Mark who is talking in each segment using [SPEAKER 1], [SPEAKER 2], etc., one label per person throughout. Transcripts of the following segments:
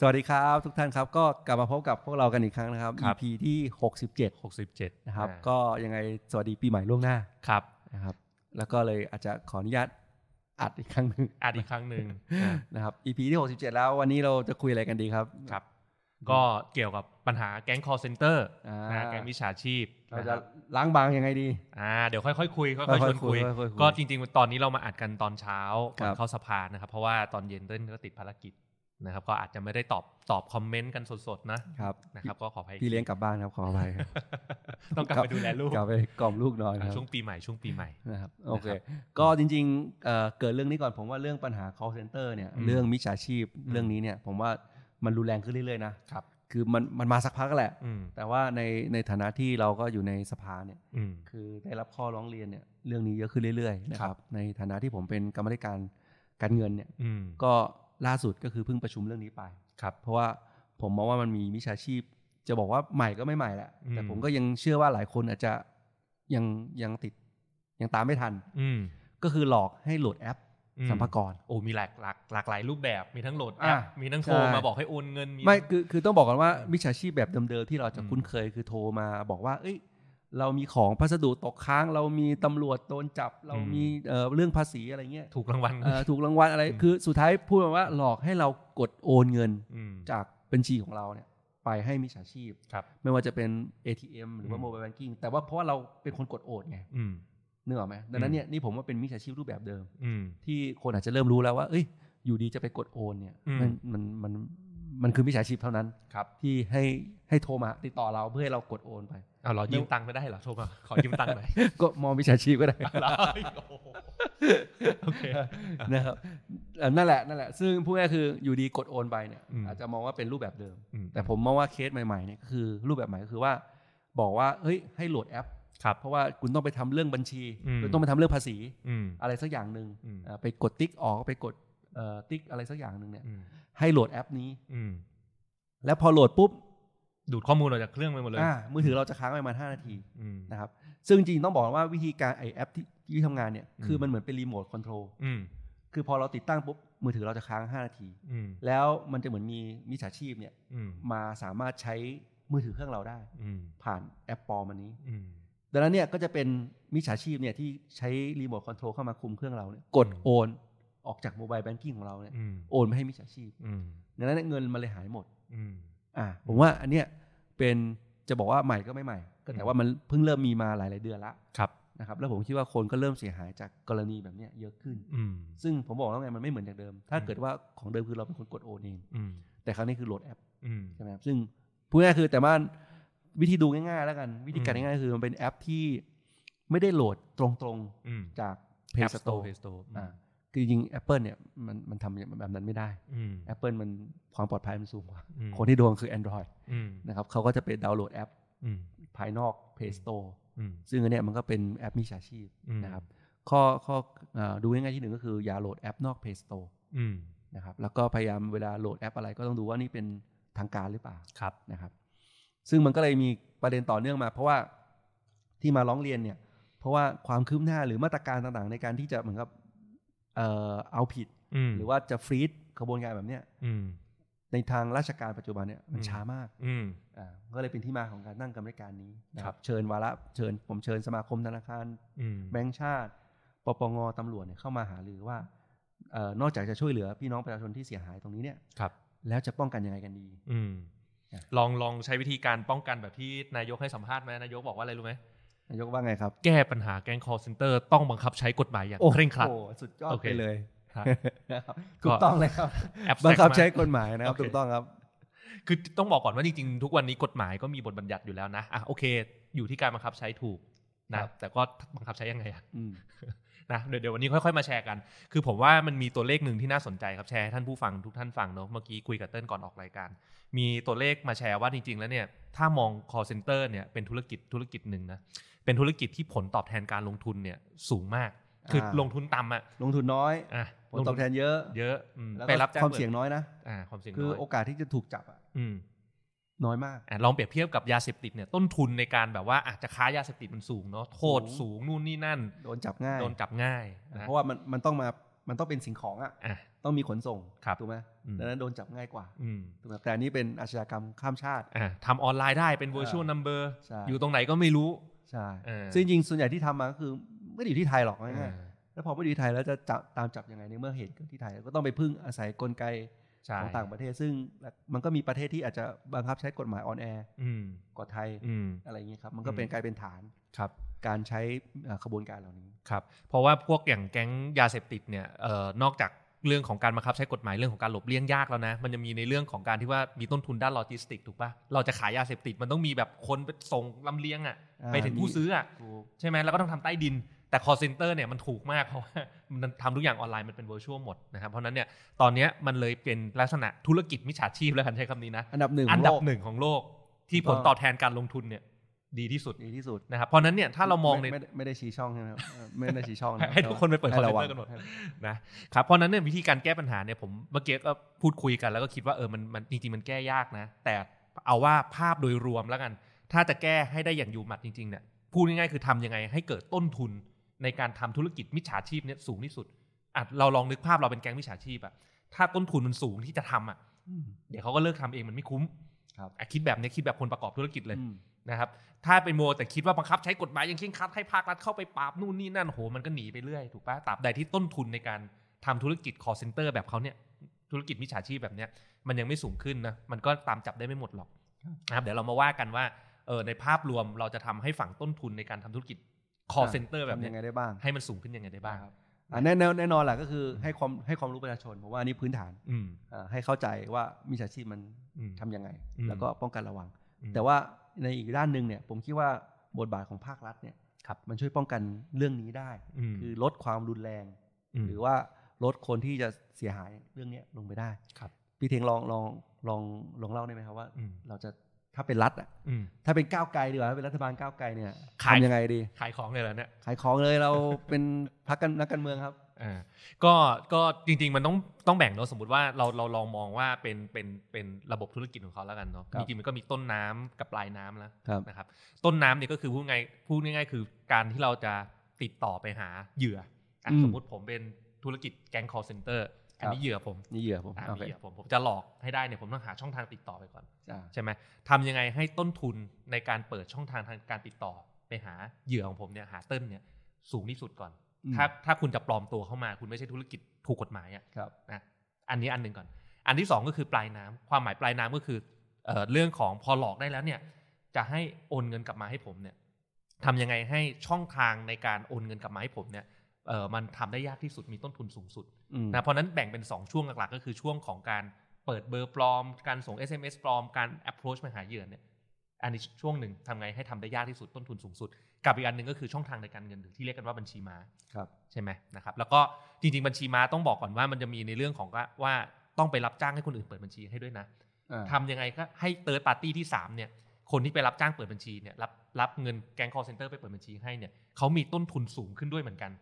[SPEAKER 1] สวัสดีครับทุกท่านครับ ก็กลับมาพบกับพวกเรากันอีกครั้งนะครับ
[SPEAKER 2] ครับ
[SPEAKER 1] EP ที่ 67
[SPEAKER 2] 67
[SPEAKER 1] นะครับ
[SPEAKER 2] อ่า
[SPEAKER 1] ก็ยังไงสวัสดีปีใหม่ล่วงหน้า
[SPEAKER 2] ครับ
[SPEAKER 1] นะครับ แล้วก็เลยอาจจะขออนุญาตอัดอีกครั้งหนึ่ง
[SPEAKER 2] อัดอีกครั้งหนึ่งอ่ะ
[SPEAKER 1] นะครับ EP ที่ 67 แล้ววันนี้เราจะคุยอะไรกันดีครับ
[SPEAKER 2] ครับ ก็เกี่ยวกับปัญหาแก๊ง call center
[SPEAKER 1] อ่าน
[SPEAKER 2] ะแก๊งมิจฉาชีพ
[SPEAKER 1] เรา
[SPEAKER 2] นะค
[SPEAKER 1] จะ
[SPEAKER 2] รับ
[SPEAKER 1] ล้างบางยังไงดี
[SPEAKER 2] อ่าเดี๋ยวค่อยๆคุยค่อยๆชวนคุย
[SPEAKER 1] ค่อยๆคุยค่อยๆคุย
[SPEAKER 2] ก็จริง ๆ ตอนนี้เรามาอัดกันตอนเช้า
[SPEAKER 1] ครั
[SPEAKER 2] ก่
[SPEAKER 1] บ
[SPEAKER 2] อนเข้าสภานะครับ เพราะว่าตอนเย็นเต้นก็ติดภารกิจนะครับ ก็อาจจะไม่ได้ตอบตอบคอมเมนต์กันสดๆนะครับ นะครับ ก็ขออภัย
[SPEAKER 1] พี่เลี้ยงกลับบ้านครับขออภัยครับ
[SPEAKER 2] ต้องกลับไปดูแลลูก
[SPEAKER 1] กลับไปกล่อมลูกนอนครับ
[SPEAKER 2] ช่วงปีใหม่ช่วงปีใหม่
[SPEAKER 1] นะครับโอเค ก็จริงๆเอ่อเกิดเรื่องนี้ก่อนผมว่าเรื่องปัญหา call center เนี่ย
[SPEAKER 2] อืม
[SPEAKER 1] เรื่องมิจฉาชีพ
[SPEAKER 2] อืม
[SPEAKER 1] เรื่องนี้เนี่ยผมว่ามันรุนแรงขึ้นเรื่อยๆนะครับ คือมันมันมาสักพักแหละ
[SPEAKER 2] อืม
[SPEAKER 1] แต่ว่าในในฐานะที่เราก็อยู่ในสภาเนี่ย
[SPEAKER 2] อืม
[SPEAKER 1] คือได้รับข้อร้องเรียนเนี่ยเรื่องนี้เยอะขึ้นเรื่อยๆนะค
[SPEAKER 2] ครั
[SPEAKER 1] รับ
[SPEAKER 2] บ
[SPEAKER 1] ในฐานะที่ผมเป็นกรรมาธิการการเงินเนี่ย
[SPEAKER 2] อืม
[SPEAKER 1] ก็ล่าสุดก็คือเพิ่งประชุมเรื่องนี้ไป
[SPEAKER 2] ครับ
[SPEAKER 1] เพราะว่าผมมองว่ามันมีมิจฉาชีพ จะบอกว่าใหม่ก็ไม่ใหม่แหละ
[SPEAKER 2] อืม
[SPEAKER 1] แต่ผมก็ยังเชื่อว่าหลายคนอาจจะยังยังติดยังตามไม่ทัน
[SPEAKER 2] อืม
[SPEAKER 1] ก็คือหลอกให้โหลดแอป
[SPEAKER 2] อืม
[SPEAKER 1] สัมภากระ
[SPEAKER 2] โอ้มีหลากหลากหลากหลายรูปแบบมีทั้งโหลดแอป
[SPEAKER 1] อ่ะ
[SPEAKER 2] มีทั้งโทร
[SPEAKER 1] ใช่
[SPEAKER 2] มาบอกให้โอนเงิน
[SPEAKER 1] ไม่คือคือต้องบอกก่อนว่ามิจฉาชีพแบบเดิมๆที่เราจะ
[SPEAKER 2] อืม
[SPEAKER 1] คุ้นเคยคือโทรมาบอกว่า เอ้ย เรามีของพัสดุตกค้าง เรามีตำรวจโดนจับ เรามีเอ่อเรื่องภาษีอะไรเงี้ย
[SPEAKER 2] ถูกรางวัล
[SPEAKER 1] เอ่อถูกรางวัลอะไร
[SPEAKER 2] อืม
[SPEAKER 1] คือสุดท้ายพูดมาว่าหลอกให้เรากดโอนเงิน
[SPEAKER 2] อืม
[SPEAKER 1] จากบัญชีของเราเนี่ยไปให้มิจฉาชีพ
[SPEAKER 2] ครับ
[SPEAKER 1] ไม่ว่าจะเป็น ATM หรือว่า
[SPEAKER 2] อืม
[SPEAKER 1] โมบายแบงกิ้งแต่ว่าเพราะว่าเราเป็นคนกดโอนไง
[SPEAKER 2] อืม
[SPEAKER 1] นึกออกไหมดังนั้น
[SPEAKER 2] อืม
[SPEAKER 1] เนี่ยนี่ผมว่าเป็นมิจฉาชีพรูปแบบเดิม
[SPEAKER 2] อืม
[SPEAKER 1] ที่คนอาจจะเริ่มรู้แล้วว่า เอ้ย อยู่ดีจะไปกดโอนเนี่ย
[SPEAKER 2] อืม
[SPEAKER 1] มัน มัน มัน มันคือมิจฉาชีพเท่านั้น
[SPEAKER 2] ครับ
[SPEAKER 1] ที่ให้ให้โทรมาติดต่อเราเพื่อให้เรากดโอนไป
[SPEAKER 2] เอาเหรอยืมตังค์ไม่ได้เหรอโทรมา ขอยืมตังค์หน่อย
[SPEAKER 1] ก็มองมิจฉาชีพก็ ได้
[SPEAKER 2] เหรอโอ้โหโอเค
[SPEAKER 1] นะครับเอ่อนั่นแหละ นั่นแหละ ซึ่งพูดง่ายๆคืออยู่ดีกดโอนไปเนี่ย
[SPEAKER 2] อืม
[SPEAKER 1] อาจจะมองว่าเป็นรูปแบบเดิม
[SPEAKER 2] อื
[SPEAKER 1] แต่ผมมองว่าเคสใหม่ๆเนี่ยก็คือรูปแบบใหม่ก็คือว่า บอกว่า เฮ้ย ให้โหลดแอป
[SPEAKER 2] ครับ
[SPEAKER 1] เพราะว่าคุณต้องไปทำเรื่องบัญชี
[SPEAKER 2] อืม
[SPEAKER 1] คุณต้องไปทำเรื่องภาษี
[SPEAKER 2] อืม
[SPEAKER 1] อะไรสักอย่างหนึ่ง
[SPEAKER 2] อืม
[SPEAKER 1] เอ่อไปกดติ๊กออกไปกดเอ่อติ๊กอะไรสักอย่างหนึ่งเนี่ย
[SPEAKER 2] อืม
[SPEAKER 1] ให้โหลดแอปนี้
[SPEAKER 2] อืม
[SPEAKER 1] แล้วพอโหลดปุ๊บ
[SPEAKER 2] ดูดข้อมูลออกจากเครื่องไปหมดเลย
[SPEAKER 1] อ่ามือถือเราจะค้างไว้ประมาณ5นาที
[SPEAKER 2] อืม
[SPEAKER 1] นะครับ ซึ่งจริงๆต้องบอกว่าวิธีการไอแอปที่ที่ทำงานเนี่ย
[SPEAKER 2] อืม
[SPEAKER 1] คือมันเหมือนเป็นรีโมทคอนโทรล
[SPEAKER 2] อืม
[SPEAKER 1] คือพอเราติดตั้งปุ๊บ มือถือเราจะค้าง 5 นาที
[SPEAKER 2] อืม
[SPEAKER 1] แล้วมันจะเหมือนมีมิจฉาชีพเนี่ย
[SPEAKER 2] อืม
[SPEAKER 1] มาสามารถใช้มือถือเครื่องเราได้
[SPEAKER 2] อืม
[SPEAKER 1] ผ่านแอปปลอมอันนี้
[SPEAKER 2] อืม
[SPEAKER 1] ดังนั้นเนี่ยก็จะเป็นมิจฉาชีพเนี่ยที่ใช้รีโมทคอนโทรลเข้ามาคุมเครื่องเราเนี่ย กด
[SPEAKER 2] อืม
[SPEAKER 1] โอนออกจากโมบายแบงกิ้งของเราเนี่ย
[SPEAKER 2] อืม
[SPEAKER 1] โอนไปให้มิจฉาชีพ
[SPEAKER 2] อืม
[SPEAKER 1] ดังนั้นเนยเงินมันเลยหายหมด
[SPEAKER 2] อืม
[SPEAKER 1] อ่ะผมว่าอันเนี้ยเป็นจะบอกว่าใหม่ก็ไม่ใหม่ ก็แต่
[SPEAKER 2] อืม
[SPEAKER 1] ว่ามันเพิ่งเริ่มมีมาหลาย ๆ เดือนละ
[SPEAKER 2] ครับ
[SPEAKER 1] นะครับแล้วผมคิดว่าคนก็เริ่มเสียหายจากกรณีแบบเนี้ยเยอะขึ้น
[SPEAKER 2] อืม
[SPEAKER 1] ซึ่งผมบอกแล้วไงมันไม่เหมือนจากเดิม ถ้า
[SPEAKER 2] อืม
[SPEAKER 1] เกิดว่าของเดิมคือเราเป็นคนกดโอนเอง
[SPEAKER 2] อืม
[SPEAKER 1] แต่ครั้งนี้คือโหลดแอป
[SPEAKER 2] อืม
[SPEAKER 1] ใช่ไหมครับซึ่งพูดง่ายๆคือแต่ว่าวิธีดูง่าย ๆ แล้วกัน วิธีการ
[SPEAKER 2] อืม
[SPEAKER 1] ง่ายๆคือมันเป็นแอปที่ไม่ได้โหลดตรง
[SPEAKER 2] อืม
[SPEAKER 1] ๆจาก
[SPEAKER 2] แอ
[SPEAKER 1] Play
[SPEAKER 2] ป
[SPEAKER 1] Store
[SPEAKER 2] Play Store
[SPEAKER 1] อ่าคือจริงๆ Apple เนี่ยมันมันทำแบบนั้นไม่ได้
[SPEAKER 2] อืม
[SPEAKER 1] Apple มันความปลอดภัยมันสูงกว่า
[SPEAKER 2] อืม
[SPEAKER 1] คนที่โดนคือ Android
[SPEAKER 2] อืม
[SPEAKER 1] นะครับเขาก็จะไปดาวน์โหลดแอป
[SPEAKER 2] อืม
[SPEAKER 1] ภายนอก Play Store
[SPEAKER 2] อืม
[SPEAKER 1] ซึ่งอันเนี้ยมันก็เป็นแอปมิจฉาชีพ
[SPEAKER 2] อืม
[SPEAKER 1] นะครับข้อข้อเอ่อดูง่ายๆที่หนึ่งก็คืออย่าโหลดแอปนอก Play Store
[SPEAKER 2] อืม
[SPEAKER 1] นะครับแล้วก็พยายามเวลาโหลดแอปอะไรก็ต้องดูว่านี่เป็นทางการหรือเปล่า
[SPEAKER 2] ครับ
[SPEAKER 1] นะครับซึ่งมันก็เลยมีประเด็นต่อเนื่องมา เพราะว่าที่มาร้องเรียนเนี่ยเพราะว่าความคืบหน้าหรือมาตรการต่างๆ ในการที่จะเหมือนกับเอ่อเอาผิด
[SPEAKER 2] อืม
[SPEAKER 1] หรือว่าจะฟรีดกระบวนการแบบเนี้ย
[SPEAKER 2] อืม
[SPEAKER 1] ในทางราชการปัจจุบันเนี่ยมัน
[SPEAKER 2] อืม
[SPEAKER 1] ช้ามาก
[SPEAKER 2] อืม
[SPEAKER 1] อ่าก็เลยเป็นที่มาของการตั้งกรรมการนี้นะค
[SPEAKER 2] ครั
[SPEAKER 1] รับบ เชิญวาระเชิญผมเชิญสมาคมธนาคาร
[SPEAKER 2] อืม
[SPEAKER 1] แบงก์ชาติปปงตำรวจเนี่ยเข้ามาหารือว่าเอ่อนอกจากจะช่วยเหลือพี่น้องประชาชนที่เสียหายตรงนี้เนี่ย
[SPEAKER 2] ครับ
[SPEAKER 1] แล้วจะป้องกันยังไงกันดี
[SPEAKER 2] อืม
[SPEAKER 1] อ่ะ
[SPEAKER 2] ลองลองใช้วิธีการป้องกันแบบที่นายกให้สัมภาษณ์ไหมนายกบอกว่าอะไรรู้ไหม
[SPEAKER 1] นายกว่าไงครับ
[SPEAKER 2] แก้ปัญหาแก๊ง call center ต้องบังคับใช้กฎหมายอย่างเคร่งครัด
[SPEAKER 1] โอ้โหสุดยอด
[SPEAKER 2] โอเค
[SPEAKER 1] ไปเลย
[SPEAKER 2] ครับ
[SPEAKER 1] นะครับ
[SPEAKER 2] ก็
[SPEAKER 1] ถูกต้องเลยครับ
[SPEAKER 2] แอป
[SPEAKER 1] บังคับ
[SPEAKER 2] แซกมา
[SPEAKER 1] ใช้กฎหมายนะครับ
[SPEAKER 2] โอเค
[SPEAKER 1] ถูกต้องครับ
[SPEAKER 2] คือต้องบอกก่อนว่าจริงๆ ทุกวันนี้กฎหมายก็มีบทบัญญัติอยู่แล้วนะอ่ะโอเค อยู่ที่การบังคับใช้ถูก
[SPEAKER 1] ค
[SPEAKER 2] นะ
[SPEAKER 1] รับ
[SPEAKER 2] แต่ก็บังคับใช้ยังไงอะ
[SPEAKER 1] อืม
[SPEAKER 2] นะเดี๋ยวเดี๋ยววันนี้ค่อยๆมาแชร์กัน คือผมว่ามันมีตัวเลขหนึ่งที่น่าสนใจครับแชร์ให้ท่านผู้ฟังทุกท่านฟังเนอะเมื่อกี้คุยกับเติ้ลก่อนออกรายการ มีตัวเลขมาแชร์ว่าจริงๆ แล้วเนี่ยถ้ามอง call center เนี่ยเป็นธุรกิจธุรกิจหนึ่งนะเป็นธุรกิจที่ผลตอบแทนการลงทุนเนี่ยสูงมาก คืออา ลงทุนต่ำอะ
[SPEAKER 1] ลงทุนน้อย
[SPEAKER 2] อ่ะ
[SPEAKER 1] ผลตอบแทนเยอะ
[SPEAKER 2] เยอะอืม
[SPEAKER 1] แล้ว
[SPEAKER 2] ไป
[SPEAKER 1] ก็
[SPEAKER 2] รับจ้
[SPEAKER 1] ความเสี่ยง
[SPEAKER 2] ปิด
[SPEAKER 1] น้อยนะ
[SPEAKER 2] อ่าความเสี่ยง
[SPEAKER 1] คือ
[SPEAKER 2] น้อย
[SPEAKER 1] โอกาสที่จะถูกจับอะ
[SPEAKER 2] อืม
[SPEAKER 1] น้อยมาก
[SPEAKER 2] อ่ะลองเปรียบเทียบกับยาเสพติดเนี่ยต้นทุนในการแบบว่าอาจจะค้ายาเสพติดมันสูงเนาะโทษ
[SPEAKER 1] สู
[SPEAKER 2] สู
[SPEAKER 1] ง
[SPEAKER 2] งนู่นนี่นั่น
[SPEAKER 1] โดนจับง่าย
[SPEAKER 2] โดนจับง่ายนะ
[SPEAKER 1] เพราะว่ามันมันต้องมามันต้องเป็นสิ่งของอะ
[SPEAKER 2] อ่ะ
[SPEAKER 1] ต้องมีขนส่ง
[SPEAKER 2] ครับ
[SPEAKER 1] ถูกไหม
[SPEAKER 2] อืม
[SPEAKER 1] ดังนั้นโดนจับง่ายกว่า
[SPEAKER 2] อืม
[SPEAKER 1] ถูกไหมแต่อันนี้เป็นอาชญากรรมข้ามชาติ
[SPEAKER 2] อ่าทำออนไลน์ได้เป็น virtual
[SPEAKER 1] อ่า
[SPEAKER 2] number
[SPEAKER 1] ใช่
[SPEAKER 2] อยู่ตรงไหนก็ไม่รู้
[SPEAKER 1] ใช่
[SPEAKER 2] เออ
[SPEAKER 1] ซึ่งจริงๆส่วนใหญ่ที่ทำมาก็คือไม่ได้อยู่ที่ไทยหรอกง่าย
[SPEAKER 2] อ่า
[SPEAKER 1] ๆแล้วพอไม่ได้อยู่ที่ไทยแล้วจะจับตามจับยังไงในเมื่อเหตุเกิดที่ไทยก็ต้องไปพึ่งอาศัยกลไก
[SPEAKER 2] ใช่
[SPEAKER 1] ของต่างประเทศ ซึ่งมันก็มีประเทศที่อาจจะบังคับใช้กฎหมายออนแอร์
[SPEAKER 2] อืม
[SPEAKER 1] กว่าไทย
[SPEAKER 2] อืม
[SPEAKER 1] อะไรอย่างเงี้ยครับมันก็เป็น
[SPEAKER 2] อืม
[SPEAKER 1] กลายเป็นฐาน
[SPEAKER 2] ครับ
[SPEAKER 1] การใช้เอ่อขบวนการเหล่านี้
[SPEAKER 2] ครับเพราะว่าพวกอย่างแก๊งยาเสพติดเนี่ยเอ่อนอกจากเรื่องของการบังคับใช้กฎหมายเรื่องของการหลบเลี่ยงยากแล้วนะ มันจะมีในเรื่องของการที่ว่ามีต้นทุนด้านโลจิสติกถูกปะเราจะขายยาเสพติดมันต้องมีแบบคนไปส่งลำเลียงอะ
[SPEAKER 1] อ่า
[SPEAKER 2] ไปถึงผู้ซื้ออะใช่ไหมแล้วก็ต้องทำใต้ดิน แต่ call center เนี่ยมันถูกมากเพราะว่ามันทำทุกอย่างออนไลน์มันเป็น virtual หมดนะครับเพราะฉะนั้นเนี่ยตอนเนี้ยมันเลยเป็นลักษณะธุรกิจมิจฉาชีพแล้วกันใช้คำนี้นะ
[SPEAKER 1] อันดับหนึ่งข
[SPEAKER 2] อั
[SPEAKER 1] อน ง
[SPEAKER 2] ดั
[SPEAKER 1] โล
[SPEAKER 2] บ
[SPEAKER 1] ก
[SPEAKER 2] หนึ่งของโลกที่ผล
[SPEAKER 1] ก็
[SPEAKER 2] ตอบแทนการลงทุนเนี่ยดีที่สุด
[SPEAKER 1] ดีที่สุด
[SPEAKER 2] นะครับเพราะฉะนั้นเนี่ยถ้าเรามองใน
[SPEAKER 1] ไไม่ได้ไม่ได้ชี้ช่องใช่ไหมครับเออไม่ได้ชี้ช่องะรับ
[SPEAKER 2] ให้ทุกคนไปเปิด
[SPEAKER 1] ให้
[SPEAKER 2] call
[SPEAKER 1] ระวัง
[SPEAKER 2] center กันหมด นะครับเพราะฉะนั้นเนี่ยวิธีการแก้ปัญหาเนี่ยผมเมื่อกี้ก็พูดคุยกันแล้วก็คิดว่าเออมันมันจริงๆมันแก้ยากนะ แต่เอาว่าภาพโดยรวมแล้วกัน ถ้าจะแก้ให้ได้อย่างอยู่หมัดจริงๆเนี่ยพูดง่ายๆคือทำยังไงให้เกิดต้นทุนในการทำธุรกิจมิจฉาชีพเนี่ยสูงที่สุดอ่ะเราลองนึกภาพเราเป็นแก๊งมิจฉาชีพอะถ้าต้นทุนมันสูงที่จะทำอะ
[SPEAKER 1] อืม
[SPEAKER 2] เดี๋ยวเขาก็เลิกทำเองมันไม่คุ้ม
[SPEAKER 1] ครับ
[SPEAKER 2] อ่ะคิดแบบเนี้ยคิดแบบคนประกอบธุรกิจเลย
[SPEAKER 1] อืม
[SPEAKER 2] นะครับถ้าเป็นโมวแต่คิดว่าบังคับใช้กฎหมายอย่างเคร่งครัดให้ภาครัฐเข้าไปปราบนู่นนี่นั่นโหมันก็หนีไปเรื่อยถูกปะตราบใดที่ต้นทุนในการทำธุรกิจ call center แบบเขาเนี่ยธุรกิจมิจฉาชีพแบบเนี้ยมันยังไม่สูงขึ้นนะมันก็ตามจับได้ไม่หมดหรอกนะครับเดี๋ยวเรามาว่ากันว่าเออในภาพรวมเราจะทำให้ฝั่งต้นทุนในการทำธุรกิจ call
[SPEAKER 1] อ่ะ
[SPEAKER 2] center แบบ
[SPEAKER 1] ทำ
[SPEAKER 2] เนี้
[SPEAKER 1] ยั
[SPEAKER 2] ย
[SPEAKER 1] งไงได้บ้าง
[SPEAKER 2] ให้มันสูงขึ้นยังไงได้บ้าง
[SPEAKER 1] ครับอ่ะแน่แน่แน่นอนแหละก็คือให้ความให้ความรู้ประชาชนผมว่าอันนี้พื้นฐาน
[SPEAKER 2] อืม
[SPEAKER 1] อ่าให้เข้าใจว่ามิจฉาชีพมัน
[SPEAKER 2] อืม
[SPEAKER 1] ทำยังไง
[SPEAKER 2] อืม
[SPEAKER 1] แล้วก็ป้องกันระวัง
[SPEAKER 2] อืม
[SPEAKER 1] แต่ว่าในอีกด้านหนึ่งเนี่ยผมคิดว่าบทบาทของภาครัฐเนี่ย
[SPEAKER 2] ครับ
[SPEAKER 1] มันช่วยป้องกันเรื่องนี้ได้
[SPEAKER 2] ม
[SPEAKER 1] คือลดความรุนแรง
[SPEAKER 2] ม
[SPEAKER 1] หรือว่าลดคนที่จะเสียหายเรื่องเนี้ยลงไปได้
[SPEAKER 2] ครับ
[SPEAKER 1] พี่เทงลองลองลองลองเล่าได้ไหมครับว่า
[SPEAKER 2] อืม
[SPEAKER 1] เราจะถ้าเป็นรัฐอ่ะ
[SPEAKER 2] อืม
[SPEAKER 1] ถ้าเป็นก้าวไกลดีกว่าถ้าเป็นรัฐบาลก้าวไกลเนี่ย
[SPEAKER 2] ขาย
[SPEAKER 1] ทำยังไงดี
[SPEAKER 2] ขายของเลยเหรอเนี่ย
[SPEAKER 1] ขายของเลยเราเป็นพักกันนักการเมืองครับ
[SPEAKER 2] อ่าก็ก็จริงๆมันต้องต้องแบ่งเนอะสมมติว่าเราเราลองมองว่าเป็นเป็นเป็นระบบธุรกิจของเขาแล้วกันเนาะ
[SPEAKER 1] ครับ
[SPEAKER 2] จริงๆมันก็มีต้นน้ำกับปลายน้ำแล้ว
[SPEAKER 1] ครับ
[SPEAKER 2] นะครับต้นน้ำเนี่ยก็คือพูดง่ายพูดง่ายๆ คือการที่เราจะติดต่อไปหาเหยื่ออ่ะ
[SPEAKER 1] อืม
[SPEAKER 2] สมมติผมเป็นธุรกิจแก๊ง call center อัน
[SPEAKER 1] ค
[SPEAKER 2] นี้
[SPEAKER 1] รับ
[SPEAKER 2] เหยื่อผม
[SPEAKER 1] นี่เหยื่อผม
[SPEAKER 2] อ่ะ
[SPEAKER 1] โอ
[SPEAKER 2] มี
[SPEAKER 1] เค
[SPEAKER 2] เหยื่อผมผมจะหลอกให้ได้เนี่ยผมต้องหาช่องทางติดต่อไปก่อน
[SPEAKER 1] จ้ะ
[SPEAKER 2] ใช่ไหมทำยังไงให้ต้นทุนในการเปิดช่องทางทางการติดต่อไปหาเหยื่อของผมเนี่ยหาเติ้ลเนี่ยสูงที่สุดก่อน
[SPEAKER 1] อืม
[SPEAKER 2] ถ้าถ้าคุณจะปลอมตัวเข้ามา คุณไม่ใช่ธุรกิจถูกกฎหมายอะ
[SPEAKER 1] ครับ
[SPEAKER 2] นะอันนี้อันหนึ่งก่อน อันที่สองก็คือปลายน้ำความหมายปลายน้ำก็คือเอ่อเรื่องของพอหลอกได้แล้วเนี่ยจะให้โอนเงินกลับมาให้ผมเนี่ยทำยังไงให้ช่องทางในการโอนเงินกลับมาให้ผมเนี่ยเออมันทำได้ยากที่สุดมีต้นทุนสูงสุด
[SPEAKER 1] อืม
[SPEAKER 2] นะเพราะฉะนั้นแบ่งเป็น 2 ช่วงหลักๆ ก็คือช่วงของการเปิดเบอร์ปลอม การส่ง SMS ปลอม การ approach มาหาเหยื่อเนี่ยอันนี้ช่วงหนึ่งทำไงให้ทำได้ยากที่สุดต้นทุนสูงสุด กับอีกอันหนึ่งก็คือช่องทางในการเงินหรือที่เรียกกันว่าบัญชีม้า
[SPEAKER 1] ครับ
[SPEAKER 2] ใช่ไหมนะครับแล้วก็จริงๆ บัญชีม้าต้องบอกก่อนว่ามันจะมีในเรื่องของว่าว่าต้องไปรับจ้างให้คนอื่นเปิดบัญชีให้ด้วยนะ
[SPEAKER 1] อ่า
[SPEAKER 2] ทำยังไงก็ให้เติร์ดปาร์ตี้ที่ 3 เนี่ย คนที่ไปรับจ้างเปิดบัญชีเนี่ยรับรับเงินแก๊ง call center ไปเปิดบัญชีให้เนี่ยเขามีต้นทุนสูงขึ้นด้วยเหมือนกัน